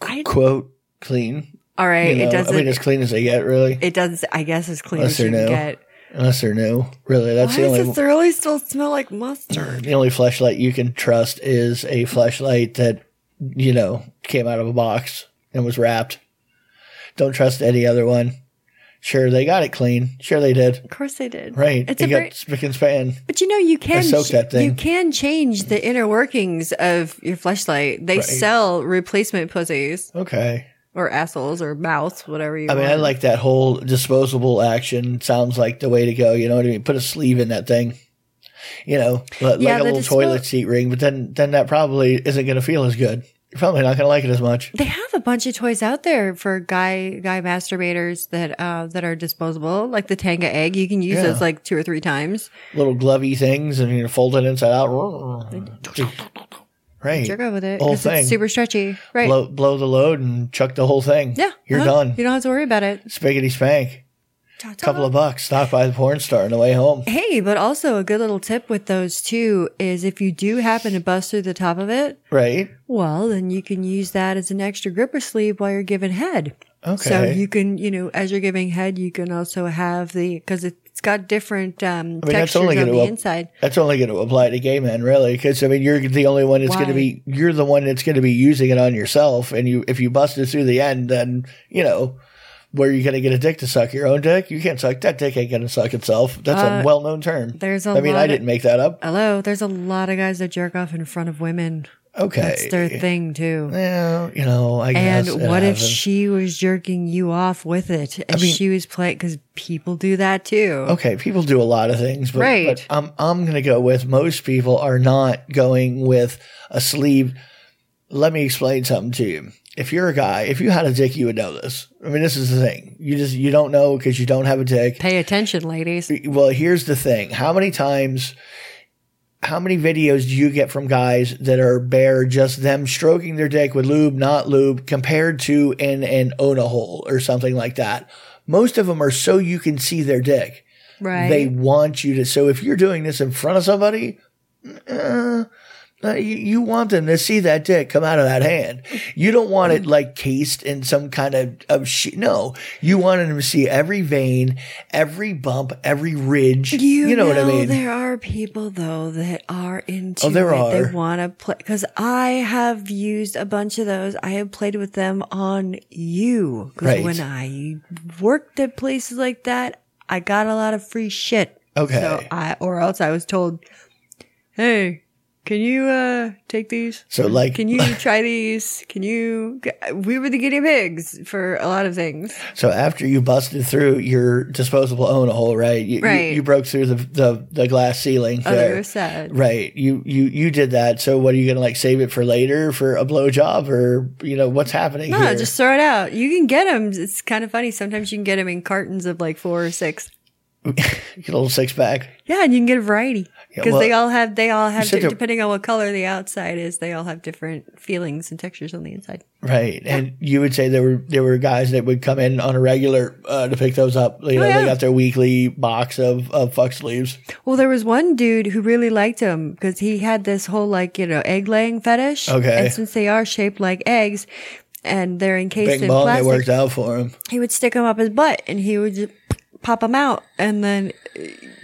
I- Quote clean. All right, You know, it doesn't. I mean, as clean as they get, really. it does. I guess as clean Unless as you they're can new. get. Unless they're new. Really, that's Why the does only it thoroughly still smell like mustard? the only flashlight you can trust is a flashlight that you know came out of a box and was wrapped. Don't trust any other one. Sure, they got it clean. Sure, they did. Of course they did. Right? It's they a got very- spick and span. But you know, you can soak that thing. you can change the inner workings of your flashlight. They sell replacement pussies Okay. or assholes or mouths, whatever you. I mean, want. I like that whole disposable action. Sounds like the way to go. You know what I mean? Put a sleeve in that thing. You know, li- like, Yeah, a the little dispo- toilet seat ring. But then, then that probably isn't going to feel as good. You're probably not going to like it as much. They have a bunch of toys out there for guy guy masturbators that uh, that are disposable, like the Tanga egg. You can use Yeah. those like two or three times. Little glovey things, and you fold it inside out. Right. Jerk off with it. Whole 'cause thing. It's super stretchy, right? blow, blow the load and chuck the whole thing. yeah, You're uh-huh. done. You don't have to worry about it. Spiggity spank. Ta-ta. Couple of bucks. Stop by the porn star on the way home. Hey, but also a good little tip with those too is if you do happen to bust through the top of it, Right. well, then you can use that as an extra gripper sleeve while you're giving head. Okay. So you can, you know, as you're giving head, you can also have the because it's got different um, I mean, that's textures only on going the to inside. That's only going to apply to gay men, really, because I mean, you're the only one that's going to Why? be you're the one that's going to be using it on yourself, and you if you bust it through the end, then you know where you going to get a dick to suck your own dick. You can't suck that dick. Ain't going to suck itself. That's a well known term. Uh, there's a I mean, lot I of- didn't make that up. Hello, there's a lot of guys that jerk off in front of women. Okay. That's their thing too. Yeah, you know, I And guess. Eh. it what if happens. she was jerking you off with it? And mean- Oh. she was playing because people do that too. Okay, people do a lot of things, but, Right. but I'm I'm going to go with most people are not going with a sleeve. Let me explain something to you. If you're a guy, if you had a dick, you would know this. I mean, this is the thing. You just you don't know because you don't have a dick. Pay attention, ladies. Well, here's the thing. How many times how many videos do you get from guys that are bare just them stroking their dick with lube, not lube, compared to in an ona hole or something like that? Most of them are so you can see their dick Right. they want you to. So if you're doing this in front of somebody, uh, uh, you, you want them to see that dick come out of that hand. You don't want it like cased in some kind of, of shit. No, you want them to see every vein, every bump, every ridge. You, know, what I mean? There are people though that are into Oh, there it. are. They want to play because I have used a bunch of those. I have played with them on you 'Cause Right. when I worked at places like that, I got a lot of free shit. Okay. so I or else I was told, "Hey, can you uh take these? So, like- can you try these? Can you?" We were the guinea pigs for a lot of things. So after you busted through your disposable own hole, right? You, you- Right. Oh, You, broke through the, the, the glass ceiling. Other there. side. Right. You you you did that. So what are you gonna like save it for later for a blowjob or you know what's happening No, here? just throw it out. You can get them. It's kind of funny. Sometimes you can get them in cartons of like four or six. Get a little six pack. Yeah, and you can get a variety because well, they all have they all have said di- that- depending on what color the outside is, they all have different feelings and textures on the inside. Right. And you would say there were there were guys that would come in on a regular uh, to pick those up. You know, Oh, yeah. they got their weekly box of, of fuck sleeves. Well, there was one dude who really liked them because he had this whole like you know egg laying fetish. Okay. and since they are shaped like eggs and they're encased Bing in bong, it plastic, worked out for him. he would stick them up his butt and he would just pop them out and then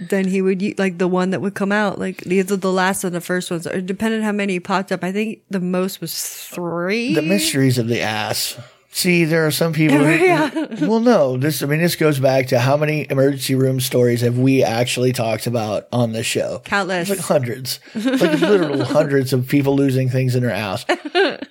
then he would u- like the one that would come out like the the last and the first ones or depending how many popped up i think the most was three The mysteries of the ass. See, there are some people. Who, Yeah. Well, no. This, I mean, this goes back to how many emergency room stories have we actually talked about on this show? Countless. It's like hundreds, It's like literal hundreds of people losing things in their ass.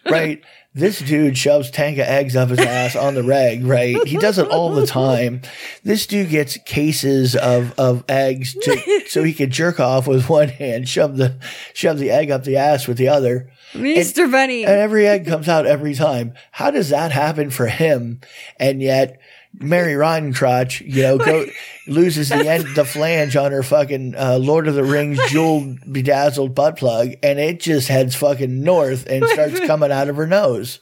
Right. This dude shoves Tanka eggs up his ass on the reg. Right. He does it all the time. This dude gets cases of of eggs to, so he can jerk off with one hand, shove the shove the egg up the ass with the other. mr bunny And every egg comes out every time. How does that happen for him? And yet Mary Rodenkrotch, you know, go, loses the end, the flange on her fucking uh, Lord of the Rings jewel bedazzled butt plug, and it just heads fucking north and starts coming out of her nose.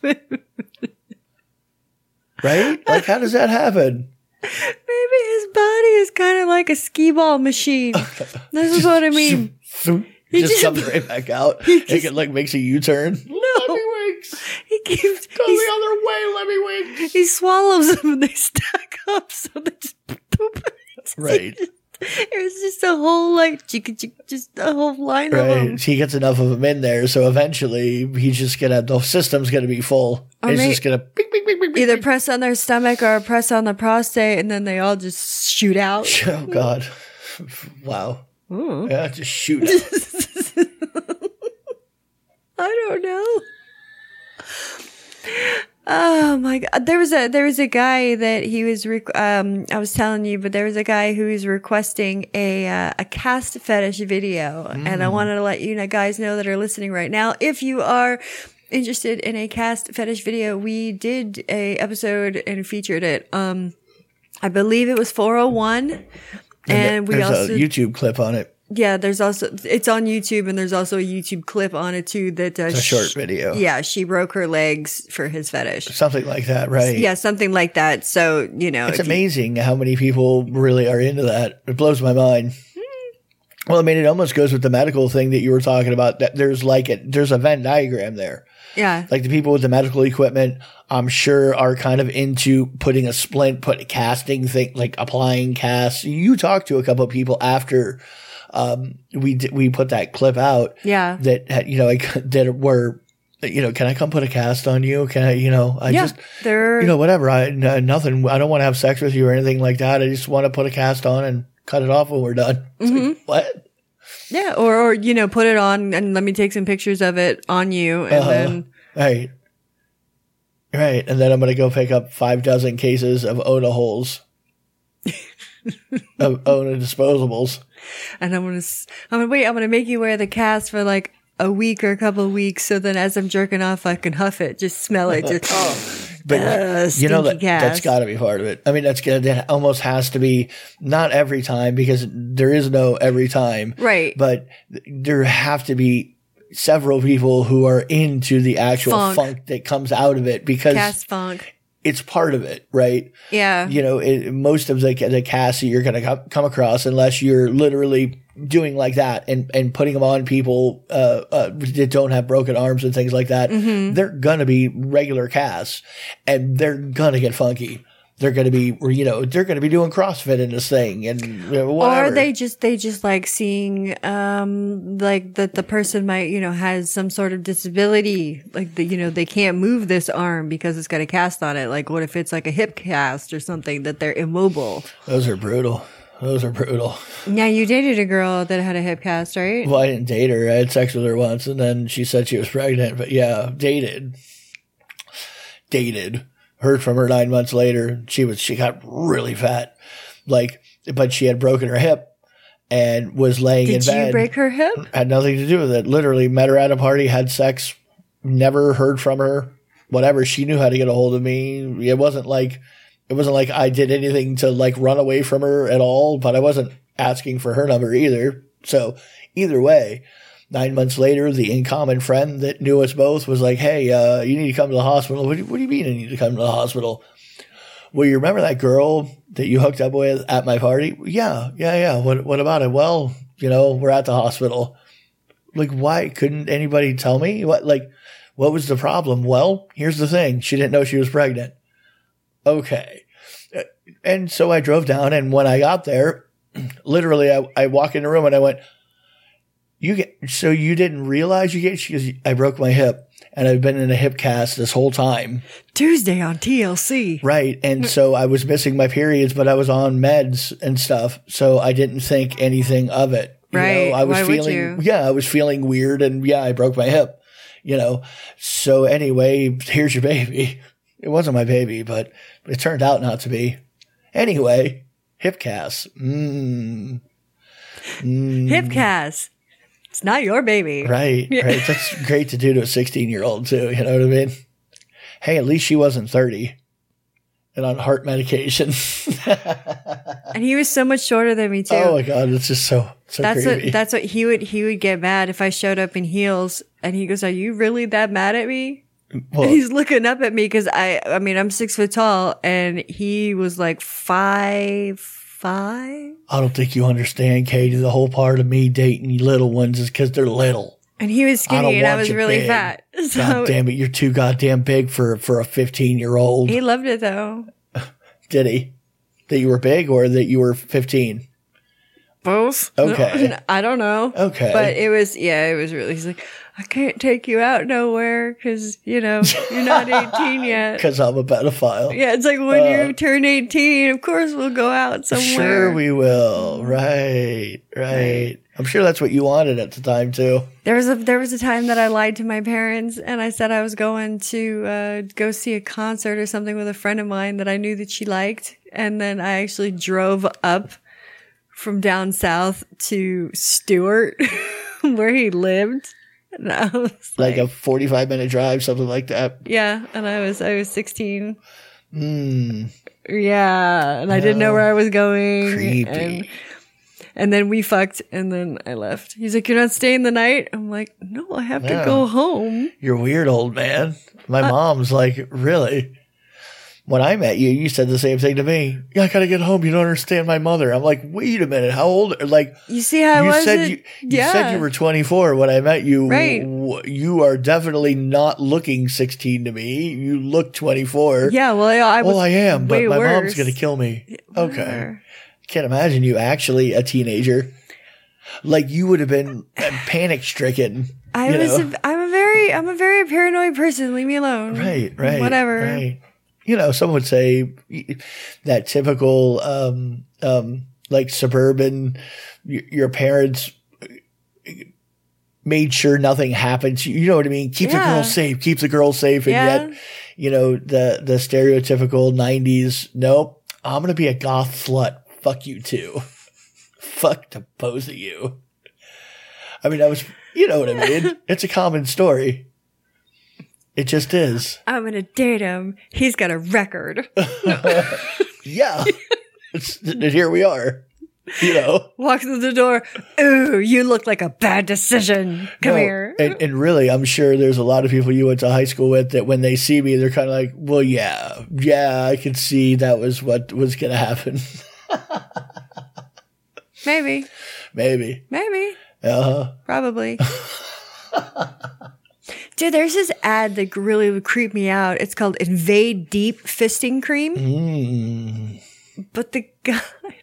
Right? Like, how does that happen? Maybe his body is kind of like a skee ball machine. This is what I mean. It just just- comes right back out. he It just- can, like makes a U turn. No, Winks. he keeps Go he's- the other way, Lemmy Winks. he swallows them and they stack up, so they just Right. It was just a whole like chicken, chick- just a whole line of them. Right. He gets enough of them in there, so eventually he's just gonna the system's gonna be full. Or He's may- just gonna Either press on their stomach or press on the prostate, and then they all just shoot out. Oh God! Wow! Hmm. Yeah, just shoot. it. I don't know. Oh my god! There was a there was a guy that he was requ- um I was telling you, but there was a guy who was requesting a uh, a cast fetish video, and I Mm. wanted to let you know, guys know that are listening right now. If you are interested in a cast fetish video, we did a episode and featured it. Um, I believe it was four hundred one, and we There's also a YouTube clip on it. yeah, there's also it's on YouTube, and there's also a YouTube clip on it too. That uh, A short sh- video. Yeah, she broke her legs for his fetish. Something like that, right? Yeah, something like that. So you know, It's if you- amazing how many people really are into that. It blows my mind. Hmm. Well, I mean, it almost goes with the medical thing that you were talking about. That there's like a, there's a Venn diagram there. yeah, Like the people with the medical equipment, I'm sure are kind of into putting a splint, put casting thing, like applying casts. You talked to a couple of people after um, we d- we put that clip out. yeah, that had- you know like, that were you know can i come put a cast on you can i you know i yeah. just They're you know whatever i n- uh, nothing i don't want to have sex with you or anything like that i just want to put a cast on and cut it off when we're done It's like, what yeah, or or you know, put it on and let me take some pictures of it on you, Uh-huh. and then right right and then i'm gonna go pick up five dozen cases of ona holes of ona disposables and I'm gonna s- I'm gonna wait. I'm gonna make you wear the cast for like a week or a couple of weeks, so then as I'm jerking off, I can huff it, just smell it, just But Uh, Oh. you know that stinky gas. that's got to be part of it. I mean, that's gonna that almost has to be not every time because there is no every time, Right. But th- there have to be several people who are into the actual Funk. funk, that comes out of it because cast funk. it's part of it, right? Yeah, You know, it, most of the the casts that you're gonna co- come across, unless you're literally doing like that and and putting them on people uh, uh that don't have broken arms and things like that, Mm-hmm. they're gonna be regular casts, and they're gonna get funky. They're gonna be, or, you know, they're gonna be doing CrossFit in this thing and you know, whatever. Or they just they just like seeing um like that the person might you know has some sort of disability like the, you know they can't move this arm because it's got a cast on it like what if it's like a hip cast or something that they're immobile. Those are brutal. Those are brutal. Now you dated a girl that had a hip cast, right? Well, I didn't date her. I had sex with her once, and then she said she was pregnant. But yeah, dated, dated. Heard from her nine months later. She was she got really fat, like, but she had broken her hip and was laying in Did bed. you break her hip? Had nothing to do with it. Literally met her at a party, had sex, never heard from her. Whatever. She knew how to get a hold of me. It wasn't like it wasn't like I did anything to like run away from her at all, but I wasn't asking for her number either. So either way, nine months later, the in common friend that knew us both was like, Hey, uh, you need to come to the hospital. What do, you- what do you mean I need to come to the hospital? Well, you remember that girl that you hooked up with at my party? Yeah, yeah, yeah. What what about it? Well, you know, we're at the hospital. Like, why couldn't anybody tell me? What like what was the problem? Well, here's the thing. She didn't know she was pregnant. Okay. Uh, And so I drove down and when I got there, literally I, I walk in the room and I went, You get so you didn't realize you get she goes, I broke my hip and I've been in a hip cast this whole time. Tuesday on TLC. Right. Mm. And so I was missing my periods, but I was on meds and stuff. So I didn't think anything of it. You Right. Know, I was Why would feeling, you? yeah, I was feeling weird and yeah, I broke my hip, you know. So anyway, here's your baby. It wasn't my baby, but it turned out not to be. Anyway, hip casts. Mm, Hip cast. It's not your baby. right. Right. That's great to do to a 16 year old, too. You know what I mean? Hey, at least she wasn't 30. and on heart medication. And he was so much shorter than me too. oh my god, it's just so so that's creepy. what that's what he would he would get mad if I showed up in heels and he goes, "Are you really that mad at me?" Well, and he's looking up at me because I I mean I'm six foot tall and he was like five five I don't think you understand, Katie. The whole part of me dating little ones is because they're little. and he was I don't skinny and I want was you really big. fat. So God damn it, you're too goddamn big for for a 15 year old. he loved it though. Did he? That you were big or that you were 15? Both. Okay. I don't know. Okay. But it was yeah, it was really. He's like, I can't take you out nowhere because you know you're not 18 yet. Because I'm a pedophile. Yeah, it's like when you turn 18, of course we'll go out somewhere. Uh, Sure, we will. Right, right. I'm sure that's what you wanted at the time too. there was a there was a time that I lied to my parents and I said I was going to uh, go see a concert or something with a friend of mine that I knew that she liked, and then I actually drove up from down south to Stewart, where he lived. And I was Like a 45 minute drive, something like that. yeah, and I was I was 16. Mm, Yeah, and I didn't know where I was going. creepy. And, and then we fucked, and then I left. He's like, "You're not staying the night." I'm like, "No, I have Yeah. to go home." You're weird, old man. My Uh, mom's like, really? When I met you, you said the same thing to me. Yeah, I gotta get home. You don't understand my mother. I'm like, wait a minute. How old? Like, You see how I you was? said you, you said you were 24 when I met you. Right. W- You are definitely not looking 16 to me. You look 24. Yeah, well, I, I was. Well, I am, but way my mom's worse. gonna kill me. Okay. Whatever. Can't imagine you actually a teenager. Like you would have been panic stricken. I was. A, I'm a very. I'm a very paranoid person. Leave me alone. Right, right. Whatever. Right. You know, some would say that typical, um, um, like suburban, y- your parents made sure nothing happens. You know what I mean? Keep the Yeah. girls safe, keep the girls safe. And Yeah. yet, you know, the, the stereotypical 90s, nope, I'm going to be a goth slut. Fuck you too. Fuck to both of you. I mean, I was, you know what I mean? It's a common story. It just is. I'm gonna date him. He's got a record. Yeah. it's, and here we are. You know? Walks through the door. Ooh, you look like a bad decision. Come No, eh. here. And, and really, I'm sure there's a lot of people you went to high school with that when they see me, they're kind of like, well, yeah, yeah, I could see that was what was going to happen. Maybe. Maybe. Maybe. Uh, Probably. Dude, there's this ad that really would creep me out. It's called Invade Deep Fisting Cream. But the guy,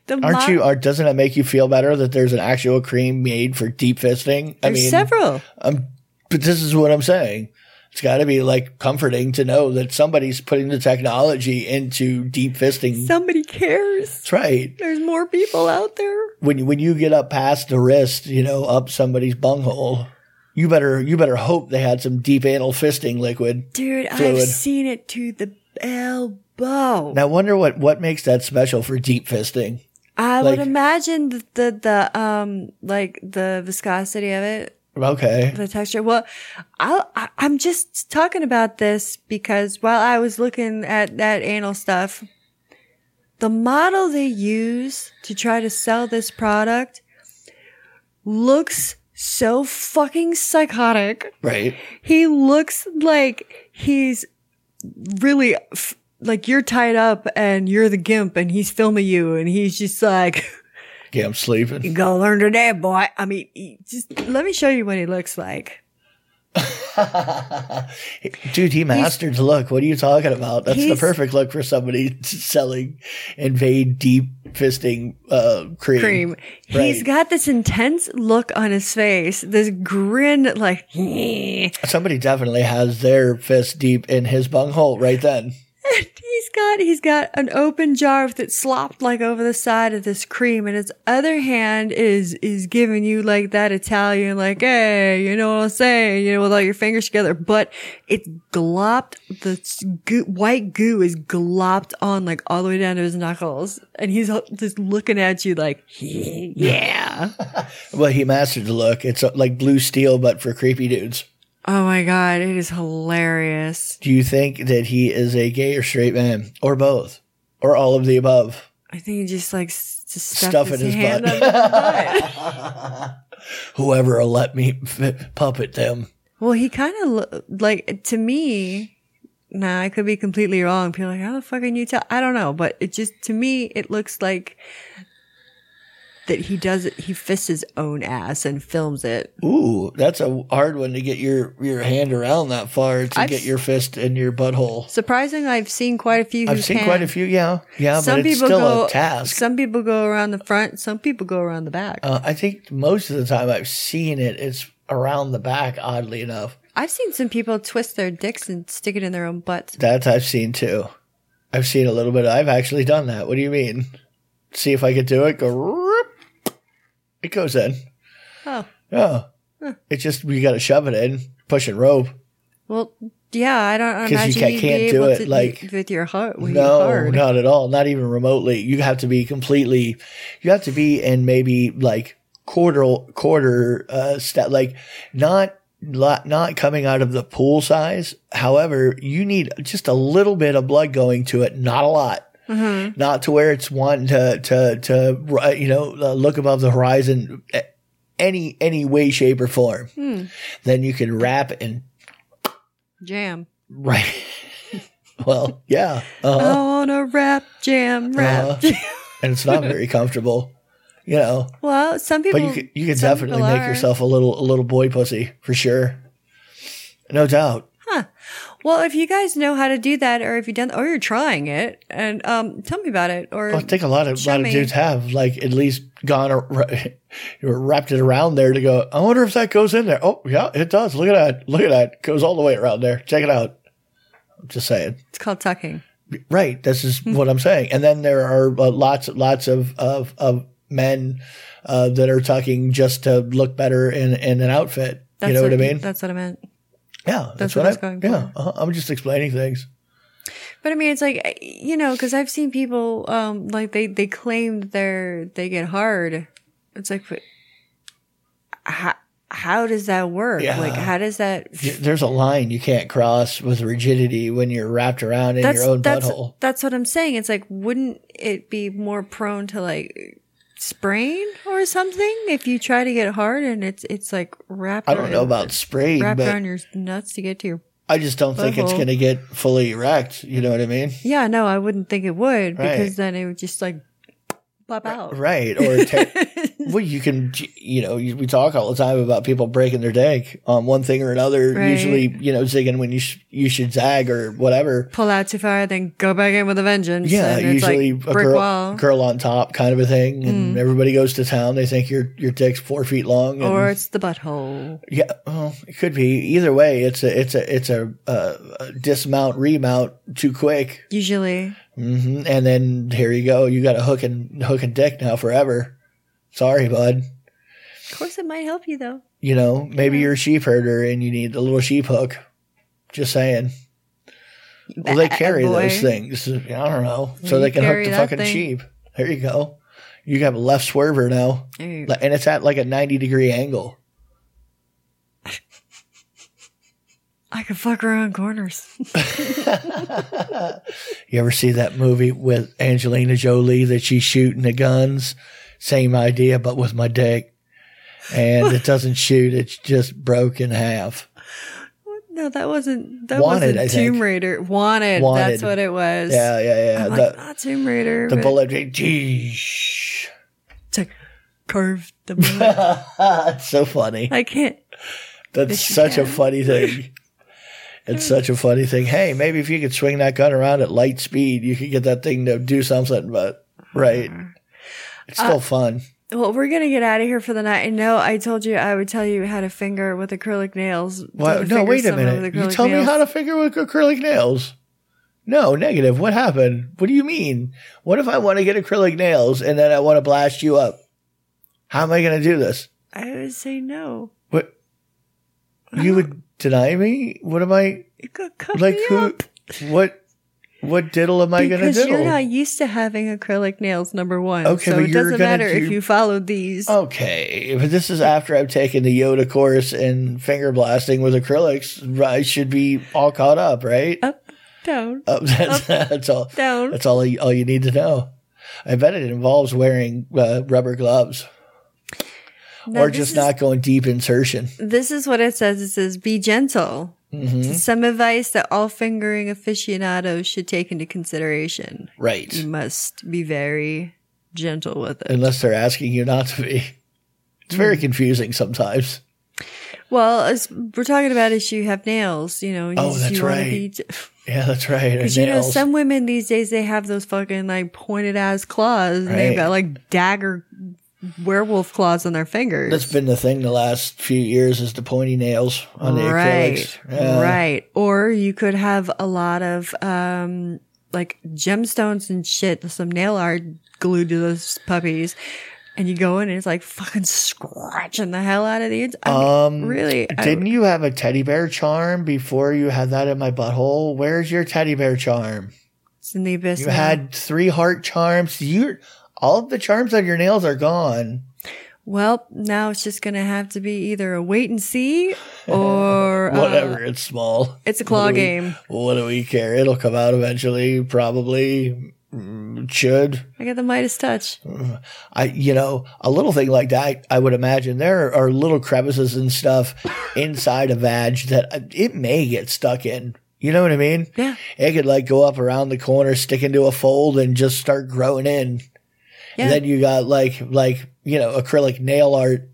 the Mm. aren't mo- you, are, doesn't that make you feel better that there's an actual cream made for deep fisting? I There's mean, several. but this is what I'm saying. It's got to be like comforting to know that somebody's putting the technology into deep fisting. Somebody cares. That's right. There's more people out there. when when you get up past the wrist, you know, up somebody's bunghole, you better you better hope they had some deep anal fisting liquid. Dude, I've Fluid. seen it to the elbow. Now I wonder what what makes that special for deep fisting. I like- would imagine the, the, the, um, like the viscosity of it. Okay. the texture. Well, I'll, I, I'm just talking about this because while I was looking at that anal stuff, the model they use to try to sell this product looks so fucking psychotic. Right. He looks like he's really f- like you're tied up and you're the gimp and he's filming you and he's just like, Yeah, I'm sleeping. you gonna learn today, boy. I mean, he- just let me show you what he looks like. Dude, he mastered the look. What are you talking about? That's the He's- perfect look for somebody selling invade deep fisting uh, cream. cream. He's Right. got this intense look on his face, this grin, like, he's Somebody definitely has their fist deep in his bunghole right then. got he's got an open jar that's slopped like over the side of this cream, and his other hand is is giving you like that Italian, like, hey, you know what I'm saying, you know, with all your fingers together, but it's glopped. The s- goo, white goo is glopped on like all the way down to his knuckles, and he's ho- just looking at you like, yeah. Well, he mastered the look. It's uh, like blue steel, but for creepy dudes. Oh my god, it is hilarious. Do you think that he is a gay or straight man, or both, or all of the above? I think he just like s- just stuffed Stuff his, in his hand butt. up his butt. Whoever will let me puppet them. Well, he kind of lo- like to me. Nah, I could be completely wrong. People are like, how the fuck can you tell? I don't know, but it just to me it looks like that he does it. He fists his own ass and films it. Ooh, that's a hard one to get your your hand around that far to I've get s- your fist in your butthole. Surprising, I've seen quite a few. who I've seen can. quite a few. Yeah, yeah, but it's still go. a task. Some people go around the front. Some people go around the back. uh, I think most of the time I've seen it, it's around the back. Oddly enough, I've seen some people twist their dicks and stick it in their own butts. that I've seen too. I've seen a little bit. I've actually done that. What do you mean? See if I could do it. Go. roop. It goes in. Oh, Yeah. It's just you got to shove it in, push and rope. well, yeah. I don't I 'Cause you imagine ca- you'd can't be do able it, to like- with your heart. With no, your hard. not at all. Not even remotely. You have to be completely. You have to be in maybe like quarter quarter uh step, like not. Not, not coming out of the pool size. However, you need just a little bit of blood going to it, not a lot. Not to where it's wanting to, to, to, uh, you know, uh, look above the horizon uh, any, any way, shape, or form. Then you can wrap and Jam. Right. well, yeah. I Uh-huh. want a rap jam, rap. Uh-huh. jam. And it's not very comfortable, you know. Well, some people. But you can, you can some definitely people make are. yourself a little a little boy pussy for sure. No doubt. Well, if you guys know how to do that, or if you done, or you're trying it, and um, tell me about it. Or I think a lot of Show lot of me. dudes have like at least gone ar- wrapped it around there to go. I wonder if that goes in there. Oh yeah, it does. Look at that. Look at that. Goes all the way around there. Check it out. I'm just saying. it's called tucking. Right. This is Hmm. what I'm saying. And then there are uh, lots, lots of, of, of men uh, that are talking just to look better in, in an outfit. you know what I mean? That's what I meant. yeah. that's what I was going Yeah. uh I'm just explaining things. But I mean, it's like you know, because I've seen people um like they they claim they're they get hard. It's like, but how how does that work? Yeah. Like, how does that? Y- There's a line you can't cross with rigidity when you're wrapped around in that's your own that's butthole. that's what I'm saying. It's like, wouldn't it be more prone to like sprain or something if you try to get hard and it's it's like wrapped? I don't know about sprain, wrapped but around your nuts to get to your. I just don't think it's butthole. going to get fully erect. You know what I mean? Yeah, no, I wouldn't think it would Right. because then it would just like pop out. Right. Or, ta- well, you can, you know, you- we talk all the time about people breaking their dick on one thing or another, Right. usually, you know, zigging when you, sh- you should zag or whatever. pull out too far, then go back in with a vengeance. Yeah, and it's usually like a brick girl, wall, Mm. girl on top kind of a thing, and everybody goes to town. They think your your dick's four feet long, and or it's the butthole. yeah, well, it could be either way. It's a it's a it's a, uh, a dismount remount too quick, Usually, hmm and then here you go. You got a hook and hook and dick now forever. Sorry, bud. of course, it might help you though. You know, maybe you're a sheep herder and you need a little sheep hook. Just saying. Well, they Bad carry boy. those things. I don't know. So You they can hook carry the that fucking thing. sheep. There you go. You have a left swerver now. There you Li- And it's at like a 90 degree angle. I could fuck around corners. You ever see that movie with Angelina Jolie that she's shooting the guns? Same idea, but with my dick. And it doesn't shoot, it's just broke in half. no, that wasn't that Wanted, I wasn't think. Tomb Raider. Wanted, Wanted. That's what it was. Yeah, yeah, yeah. I'm like, the not Tomb Raider. the but bullet. Jeez. it's like, carved the bullet. That's so funny. I can't. That's such a funny thing. It's such a funny thing. Hey, maybe if you could swing that gun around at light speed, you could get that thing to do something, but right. Uh-huh. It's Uh, still fun. Well, we're gonna get out of here for the night. I know I told you I would tell you how to finger with acrylic nails. How What? to No, finger wait a someone minute. with You acrylic tell me nails. how to figure with acrylic nails. No, negative. What happened? What do you mean? What if I want to get acrylic nails and then I want to blast you up? How am I going to do this? I would say no. What? You would deny me? What am I You could cut like? me Who? up. What? What diddle am I going to Because diddle? you're not used to having acrylic nails, number one. Okay, so but it you're doesn't gonna matter if do- Oh. you follow these. Okay, but this is after I've taken the Yoda course and finger blasting with acrylics. I should be all caught up, right? Up, down. Up, that's, that's all. down. That's all. All you need to know. I bet it involves wearing uh, rubber gloves Now, or this just is- not going deep insertion. This is what it says. It says, be gentle. Mm-hmm. Some advice that all fingering aficionados should take into consideration. Right. You must be very gentle with it. Unless they're asking you not to be. It's very Hmm. confusing sometimes. Well, as we're talking about is you have nails, you know. and Oh, you, that's you wanna right. Be, Yeah, that's right. Our because you know nails. some women these days they have those fucking like pointed ass claws. And They've Right. got like dagger werewolf claws on their fingers. that's been the thing the last few years is the pointy nails on the acrylics. right, Yeah. right. Or you could have a lot of um like gemstones and shit, some nail art glued to those puppies. And you go in and it's like fucking scratching the hell out of the. ins- I mean, Um, really? I- Didn't you have a teddy bear charm before you had that in my butthole? Where's your teddy bear charm? it's in the abyss. You now. had three heart charms. You all of the charms on your nails are gone. Well, now it's just going to have to be either a wait and see or uh, Whatever, it's small. it's a claw What do we- game. What do we care? It'll come out eventually, probably. Mm, it Should I got the Midas touch. I, you know, a little thing like that, I would imagine there are little crevices and stuff inside a vag that uh, it may get stuck in. You know what I mean? Yeah. It could like go up around the corner, stick into a fold, and just start growing in. Yeah. And then you got like, like, you know, acrylic nail art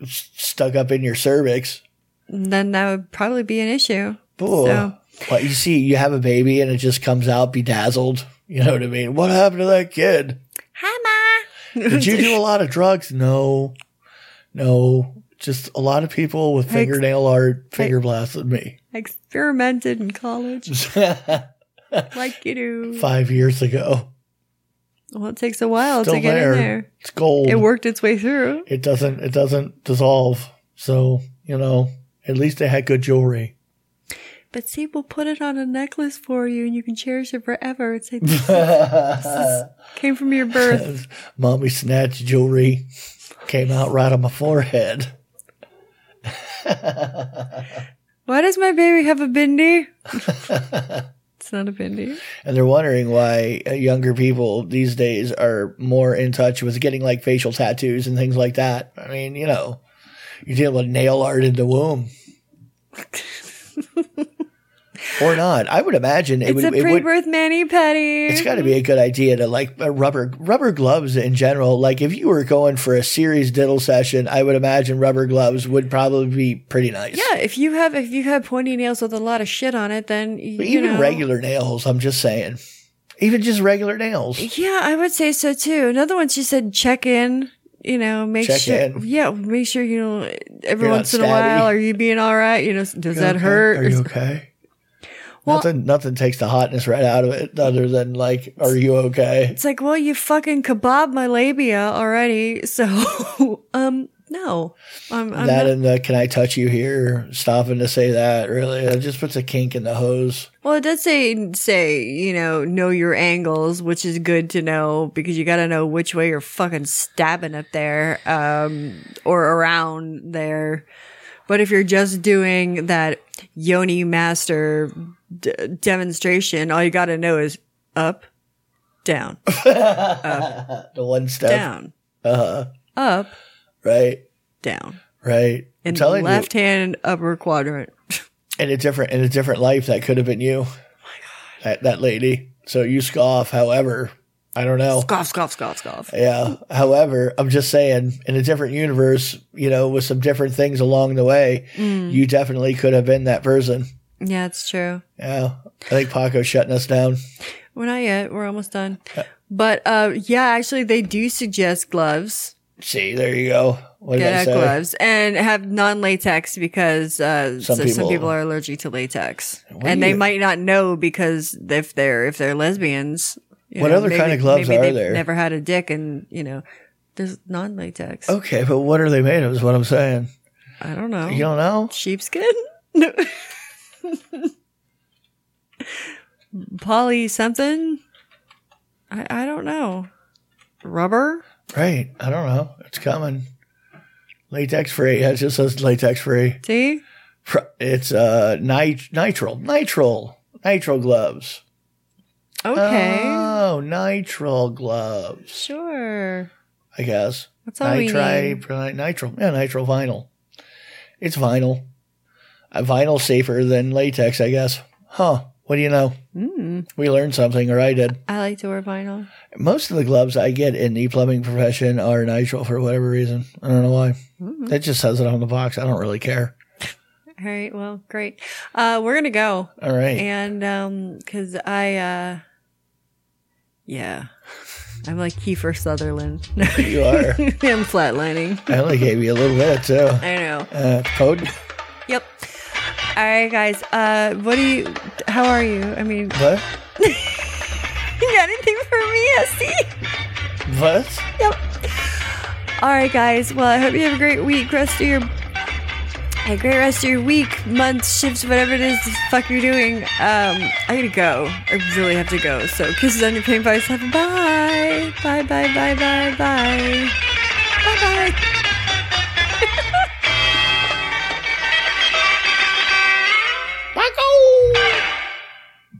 s- stuck up in your cervix. And then that would probably be an issue. Ooh. So- But you see, you have a baby and it just comes out bedazzled. You know what I mean? What happened to that kid? Hi, Ma. Did you do a lot of drugs? No, no, just a lot of people with Hey, fingernail art finger blasted me I experimented in college like you do. five years ago. Well, it takes a while Still to get there. Oh. in there. It's gold. It worked its way through. It doesn't. It doesn't dissolve. So you know, at least they had good jewelry. But see, we'll put it on a necklace for you and you can cherish it forever. It's like, this is- came from your birth. Mommy snatched jewelry, came out right on my forehead. Why does my baby have a bindi? it's not a bindi. And they're wondering why uh, younger people these days are more in touch with getting like facial tattoos and things like that. I mean, you know, you deal with nail art in the womb. or not. I would imagine it It's would, a it would pre-birth mani petty. it's got to be a good idea to like uh, rubber rubber gloves in general. Like if you were going for a serious diddle session, I would imagine rubber gloves would probably be pretty nice. Yeah, if you have if you have pointy nails with a lot of shit on it, then you, But even know- regular nails, I'm just saying. Even just regular nails. Yeah, I would say so too. Another one, she said, check in. You know, make Check sure. in. Yeah, make sure you know every You're not once in a stabby. while. Are you being all right? You know, does that okay? hurt? Are you okay? Well- nothing, nothing takes the hotness right out of it, other than like, are you okay? It's like, well, you fucking kebab my labia already. So, um, no, I'm, I'm that not- and the can I touch you here? Stopping to say that really, it just puts a kink in the hose. Well, it does say say you know know your angles, which is good to know because you got to know which way you're fucking stabbing up there, um, or around there. But if you're just doing that yoni master d- demonstration, all you got to know is up, down, The one step, down, up, right, down, right. and the telling left hand upper quadrant. you, in a different in a different life, that could have been you. That that lady. So you scoff. However, I don't know. Scoff, scoff, scoff, scoff. Yeah. However, I'm just saying, in a different universe, you know, with some different things along the way, you definitely could have been that person. Yeah, it's true. Yeah, I think Paco's shutting us down. We're not yet. We're almost done. But uh, yeah, actually, they do suggest gloves. See, there you go. What did I Get say? out gloves and have non-latex because uh, so Some some, people, people- are allergic to latex, do and they you- might not know because if they're if they're lesbians, you What other kind of gloves maybe are they've there? Never had a dick, and you know, there's non-latex. Okay, but what are they made of? Is what I'm saying. I don't know. You don't know? Sheepskin. No. Polly something. I, I don't know. Rubber? Right. I don't know. It's coming. Latex free. Yeah, It just says latex free. See? Pr- It's uh nit- nitrile. Nitrile. Nitrile gloves. Okay. Oh, nitrile gloves. sure. I guess. That's all we need. pri- nitrile. Yeah, nitrile vinyl. It's vinyl. Uh, vinyl safer than latex, I guess. Huh. What do you know? Mm. We learned something, or I did. I like to wear vinyl. Most of the gloves I get in the plumbing profession are nitrile for whatever reason. I don't know why. Hmm. It just says it on the box. I don't really care. All right. Well, great. Uh, we're going to go. All right. And um, because I, uh, yeah, I'm like Kiefer Sutherland. you are. I'm flatlining. I only gave you a little bit, too. I know. Uh, code. Yep. All right, guys. Uh, what do you? How are you? I mean, What? you got anything for me, Esty? What? Yep. All right, guys. Well, I hope you have a great week. Rest of your a great rest of your week, month, shifts, whatever it is the fuck you're doing. Um, I gotta go. I really have to go. So kisses on your pink body. Bye. Bye. Bye. Bye. Bye. Bye. Bye. Bye. Bye. Paco!